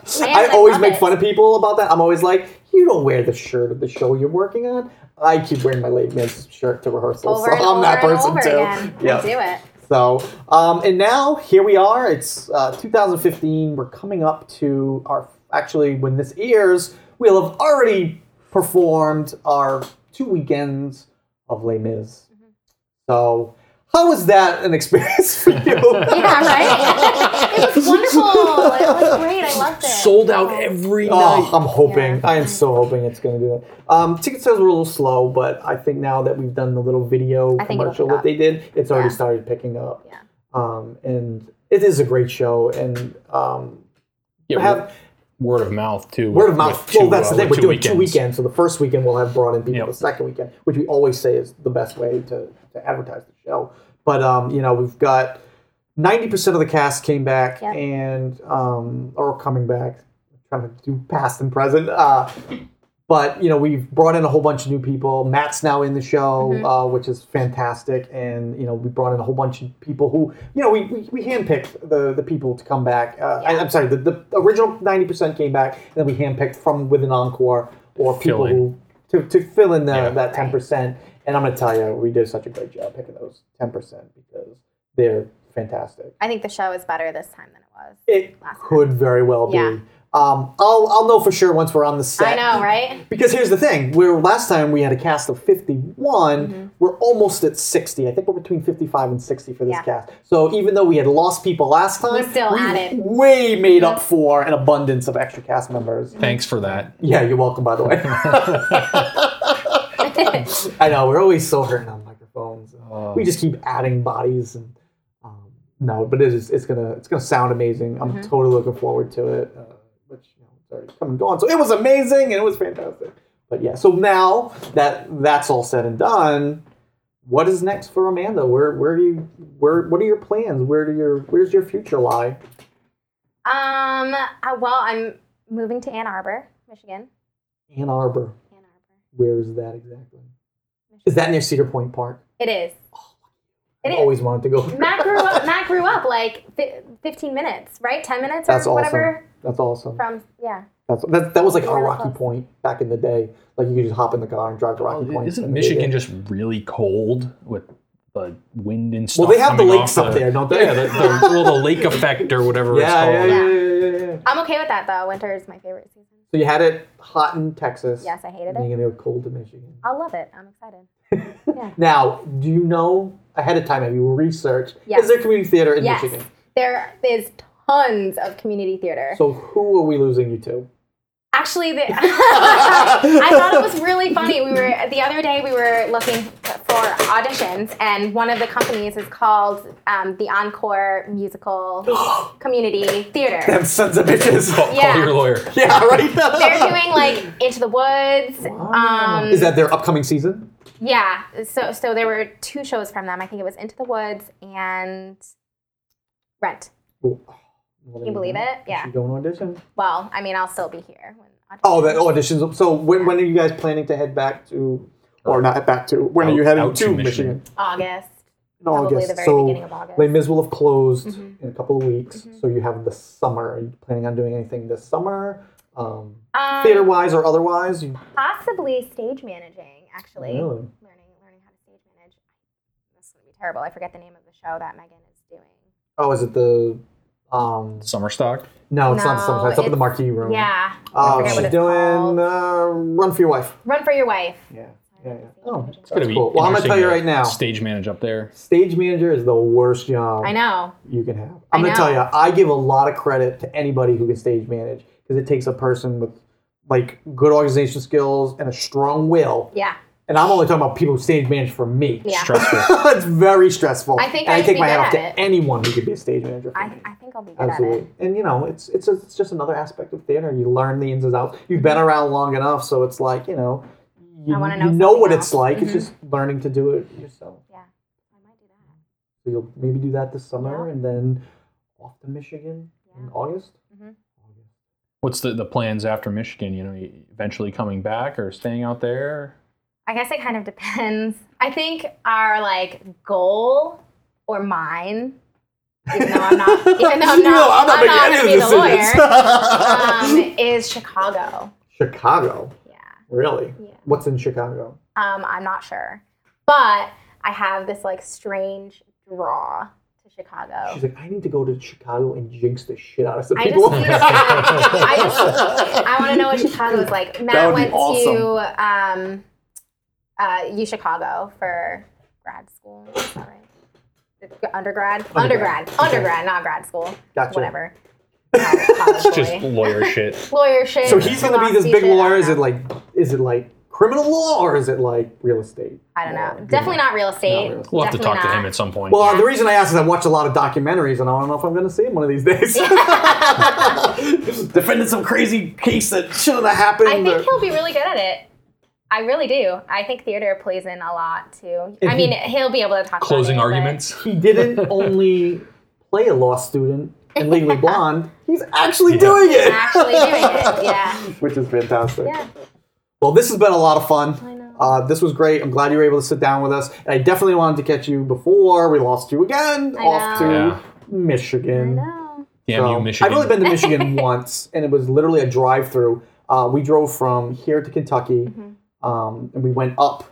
S4: person. am,
S1: I
S4: and I
S1: always
S4: love
S1: make
S4: it.
S1: fun of people about that. I'm always like, you don't wear the shirt of the show you're working on. I keep wearing my late man's shirt to rehearsal,
S4: Over
S1: so
S4: and
S1: I'm
S4: over
S1: that
S4: and
S1: person
S4: over
S1: too.
S4: Again.
S1: Yeah.
S4: I do it.
S1: So, um, and now here we are. It's uh, 2015. We're coming up to our actually when this airs, we'll have already performed our two weekends of Les Mis.
S4: Mm-hmm.
S1: So, how was that an experience for you?
S4: Yeah, right? it was wonderful. It was great. I loved it.
S2: sold out every
S1: Oh,
S2: night.
S1: I'm hoping. I am so hoping it's going to do that. Um, ticket sales were a little slow, but I think now that we've done the little video
S4: I think it'll
S1: commercial
S4: pick
S1: that
S4: up.
S1: they did, it's already
S4: Yeah.
S1: started picking up.
S4: Yeah.
S1: Um, and it is a great show, and um,
S2: Yeah,
S1: have
S2: word of mouth too.
S1: word of
S2: with-
S1: mouth.
S2: with two,
S1: well, that's the
S2: uh,
S1: thing. We're
S2: with
S1: doing two weekends, so the first weekend we'll have brought in people.
S2: Yep.
S1: The second weekend, which we always say is the best way to, to advertise the show. But um, you know, we've got ninety percent of the cast came back
S4: Yep.
S1: and um, or coming back. trying to do past and present. Uh, but you know, we've brought in a whole bunch of new people. Matt's now in the show,
S4: Mm-hmm.
S1: uh, which is fantastic. And you know, we brought in a whole bunch of people who, you know, we we, we handpicked the the people to come back. Uh, I, am sorry, the, the original ninety percent came back, and then we handpicked from within encore or people
S2: Fill in.
S1: who to, to fill in the,
S2: Yeah.
S1: that ten percent. And I'm gonna tell you, we did such a great job picking those ten percent because they're fantastic
S4: I think the show is better this time than it was.
S1: it
S4: Last
S1: could very well be.
S4: Yeah.
S1: Um, I'll I'll know for sure once we're on the set.
S4: I know, right?
S1: Because here's the thing: where last time we had a cast of 51,
S4: Mm-hmm.
S1: we're almost at 60. I think we're between 55 and 60 for this
S4: Yeah.
S1: cast. So even though we had lost people last time,
S4: still
S1: we've
S4: added.
S1: way made up for an abundance of extra cast members.
S2: Thanks for that.
S1: Yeah, you're welcome. By the way, I know we're always so hurting on microphones. we just keep adding bodies, and um, no, but it is it's gonna it's gonna sound amazing.
S4: Mm-hmm.
S1: I'm totally looking forward to it. Uh, which you know, it's already come and gone. So it was amazing and it was fantastic. But yeah, so now that that's all said and done, what is next for Amanda? Where where do you where what are your plans? Where do your where's your future lie?
S4: Um, I, well, I'm moving to Ann Arbor, Michigan.
S1: Ann Arbor.
S4: Ann Arbor.
S1: Where is that exactly? Is that near Cedar Point Park?
S4: It is. It
S1: I
S4: is.
S1: always wanted to go.
S4: Matt grew up. Matt grew up like fi- 15 minutes, right? 10 minutes or
S1: That's awesome.
S4: whatever.
S1: That's awesome.
S4: From yeah,
S1: That's that, that was like our
S4: Really
S1: Rocky
S4: close.
S1: Point back in the day. Like you could just hop in the car and drive to Rocky Point.
S2: Isn't
S1: And they did.
S2: Michigan just really cold with the wind and stuff?
S1: Well, they have the
S2: coming
S1: lakes
S2: off
S1: up
S2: the-
S1: there, don't they?
S2: Yeah, the, the, well, the lake effect or whatever it's
S1: Yeah,
S2: called.
S1: yeah, yeah, yeah, yeah, yeah.
S4: I'm okay with that though. Winter is my favorite season.
S1: So you had it hot in Texas.
S4: Yes, I hated
S1: And then
S4: it.
S1: you're gonna go cold to Michigan.
S4: I'll love it. I'm excited.
S1: Now, do you know ahead of time? Have you researched?
S4: Yes.
S1: Is there community theater in
S4: Yes.
S1: Michigan?
S4: There is tons of community theater.
S1: So who are we losing you to?
S4: Actually, the, I thought it was really funny. We were the other day we were looking for auditions, and one of the companies is called um, the Encore Musical Community Theater.
S1: Them sons of bitches.
S2: Call,
S4: Yeah.
S2: call your lawyer.
S1: yeah, right.
S4: They're doing like Into the Woods. Um,
S1: Is that their upcoming season?
S4: Yeah. So so there were two shows from them. I think it was Into the Woods and Rent.
S1: Can
S4: Can you believe it? Yeah.
S1: Should go and audition.
S4: Well, I mean, I'll still be here. When
S1: Mm-hmm. Oh, that auditions. So when when are you guys planning to head back to, or not back to? When are
S2: Out-
S1: you heading
S2: out
S1: to
S2: to
S1: Michigan?
S2: Michigan.
S4: August.
S1: In
S4: Probably
S1: August.
S4: the very
S1: so
S4: beginning of August. Mm-hmm.
S1: Les Mis will have closed in a couple of weeks. So you have the summer. Are you planning on doing anything this summer? Um,
S4: Um,
S1: theater wise or otherwise? You,
S4: Possibly stage managing, actually.
S1: Really?
S4: Learning learning how to stage manage. This is gonna be terrible. I forget the name of the show that Megan is doing.
S1: oh, is it the? Um,
S2: Summer stock.
S1: no, Oh, it's not the
S4: No,
S1: summer. It's up in the
S4: it's-
S1: marquee room.
S4: Yeah. I
S1: Uh,
S4: forget what
S1: she's
S4: it's
S1: doing
S4: called.
S1: uh, Run for Your Wife.
S4: Run for your wife.
S1: Yeah. Yeah, yeah. Oh,
S2: It's gonna
S1: That's
S2: be
S1: cool. Well, I'm gonna
S2: interesting
S1: tell you right now.
S2: Stage manage up there.
S1: Stage manager is the worst job
S4: I know.
S1: you can have. I'm
S4: I
S1: gonna tell you,
S4: know.
S1: I give a lot of credit to anybody who can stage manage because it takes a person with like good organization skills and a strong will.
S4: Yeah.
S1: And I'm only talking about people who stage manage for me.
S4: Yeah.
S2: Stressful.
S1: it's very stressful.
S4: I think
S1: and I
S4: I'd
S1: take
S4: be
S1: my
S4: good
S1: hat off
S4: at
S1: to
S4: it.
S1: anyone who could be a stage manager. For
S4: I,
S1: me.
S4: I think I'll be good at it.
S1: Absolutely. And you know, it's it's it's just another aspect of theater. You learn the ins and outs. You've been around long enough, so it's like you know, you
S4: Mm-hmm. I wanna
S1: you
S4: know
S1: know
S4: something
S1: what
S4: else. Mm-hmm.
S1: it's like. It's just learning to do it yourself.
S4: I might do that.
S1: So you'll maybe do that this summer,
S4: Yeah.
S1: and then off to Michigan in
S4: Yeah.
S1: August.
S2: What's the, the plans after Michigan? You know, you eventually coming back or staying out there?
S4: I guess it kind of depends. I think our like goal or mine, even though I'm not, even though I'm
S1: You know,
S4: not, I'm not, going to be the lawyer,
S1: decisions.
S4: um, is Chicago.
S1: Chicago,
S4: Yeah.
S1: really?
S4: Yeah.
S1: What's in Chicago?
S4: Um, I'm not sure, but I have this like strange draw to Chicago.
S1: She's like, I need to go to Chicago and jinx the shit out of some
S4: I just
S1: people.
S4: need to. I just. I want to know what Chicago is like.
S1: That
S4: Matt
S1: would be
S4: went to um, uh, U Chicago for grad school. Is that right? Undergrad,
S1: Undergrad.
S4: undergrad,
S1: Okay.
S4: undergrad, not grad school.
S1: Gotcha.
S4: Whatever. College
S2: Just
S4: boy.
S2: lawyer shit.
S4: lawyer shit.
S1: So he's gonna be this
S4: philosophy
S1: big
S4: shit, I
S1: lawyer.
S4: don't
S1: Is it
S4: know.
S1: like is it like criminal law or is it like real estate?
S4: I don't
S1: law?
S4: know. Definitely not real estate.
S1: real estate.
S2: We'll have to
S4: Definitely
S2: talk to
S4: not.
S2: him at some point.
S1: Well,
S4: Yeah.
S1: the reason I ask is I watch a lot of documentaries, and I don't know if I'm going to see him one of these days. Defending some crazy case that shouldn't have happened.
S4: I
S1: or-
S4: think he'll be really good at it. I really do. I think theater plays in a lot too.
S1: And
S4: I mean, he'll be able to talk.
S2: Closing
S4: about it, but-
S2: arguments.
S1: he didn't only play a law student in Legally Blonde; he's actually doing it,
S4: Actually doing it, yeah.
S1: which is fantastic.
S4: Yeah.
S1: Well, this has been a lot of fun.
S4: I know.
S1: Uh, this was great. I'm glad you were able to sit down with us, and I definitely wanted to catch you before we lost you again
S4: I
S1: off
S4: know.
S1: to
S2: Yeah.
S1: Michigan.
S4: I know.
S2: Damn
S1: So,
S2: you, Michigan.
S1: I've only been to Michigan once, and it was literally a drive-through. Uh, we drove from here to Kentucky, um, and we went up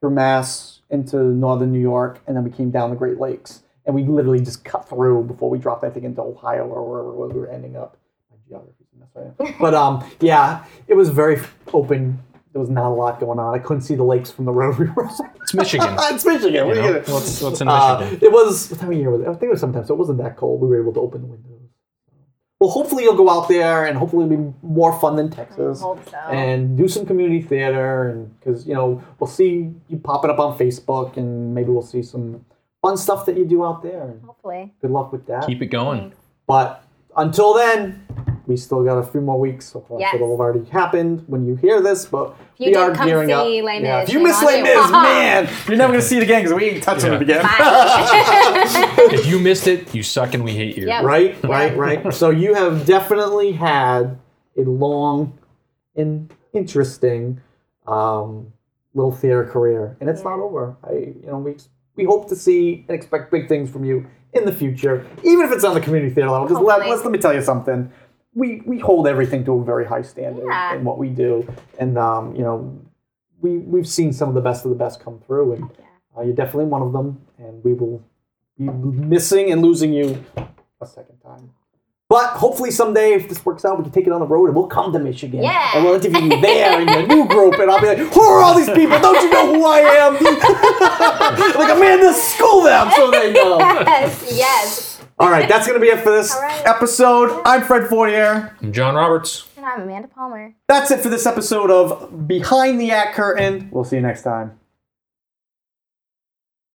S1: through Mass into northern New York, and then we came down the Great Lakes, and we literally just cut through before we dropped, I think, into Ohio or wherever it was we were ending up. My geography's a mess right now. But um, yeah, it was very open. There was not a lot going on. I couldn't see the lakes from the road we were on.
S2: it's Michigan.
S1: it's Michigan.
S2: you
S1: what are you
S2: know?
S1: gonna-
S2: what's, what's in
S1: uh,
S2: Michigan?
S1: it was what time of year was it? I think it was sometime, so it wasn't that cold. We were able to open the windows. Well, hopefully you'll go out there, and hopefully it'll be more fun than Texas,
S4: Hope so.
S1: and do some community theater, and because you know we'll see you popping up on Facebook, and maybe we'll see some fun stuff that you do out there. And
S4: Hopefully.
S1: good luck with that.
S2: Keep it going.
S1: but until then, we still got a few more weeks. So far,
S4: Yes.
S1: it'll have already happened when you hear this, but we
S4: you did
S1: are
S4: come
S1: gearing
S4: see
S1: up.
S4: Les
S1: yeah,
S4: Mis,
S1: if you
S4: shame
S1: miss
S4: on
S1: Les
S4: you.
S1: Mis, man, you're never gonna see it again because we ain't touching
S2: Yeah.
S1: it again.
S2: if you missed it, you suck and we hate you.
S4: Yep.
S1: right, right, right. So you have definitely had a long and interesting um, little theater career, and it's not over. I, you know, we we hope to see and expect big things from you in the future, even if it's on the community theater level. Because let,
S4: Hopefully.
S1: let, let me tell you something. We, we hold everything to a very high standard
S4: Yeah.
S1: in what we do, and um, you know, we we've seen some of the best of the best come through, and uh, you're definitely one of them. And we will be missing and losing you a second time. But hopefully someday, if this works out, we can take it on the road and we'll come to Michigan.
S4: Yeah.
S1: And we'll interview you there in your new group. And I'll be like, who are all these people? Don't you know who I am? like, Amanda, school them so they know.
S4: yes, yes.
S1: All right, that's going to be it for this
S4: All right.
S1: episode. I'm Fred Fournier.
S2: I'm John Roberts.
S4: And I'm Amanda Palmer.
S1: That's it for this episode of Behind the Act Curtain. We'll see you next time.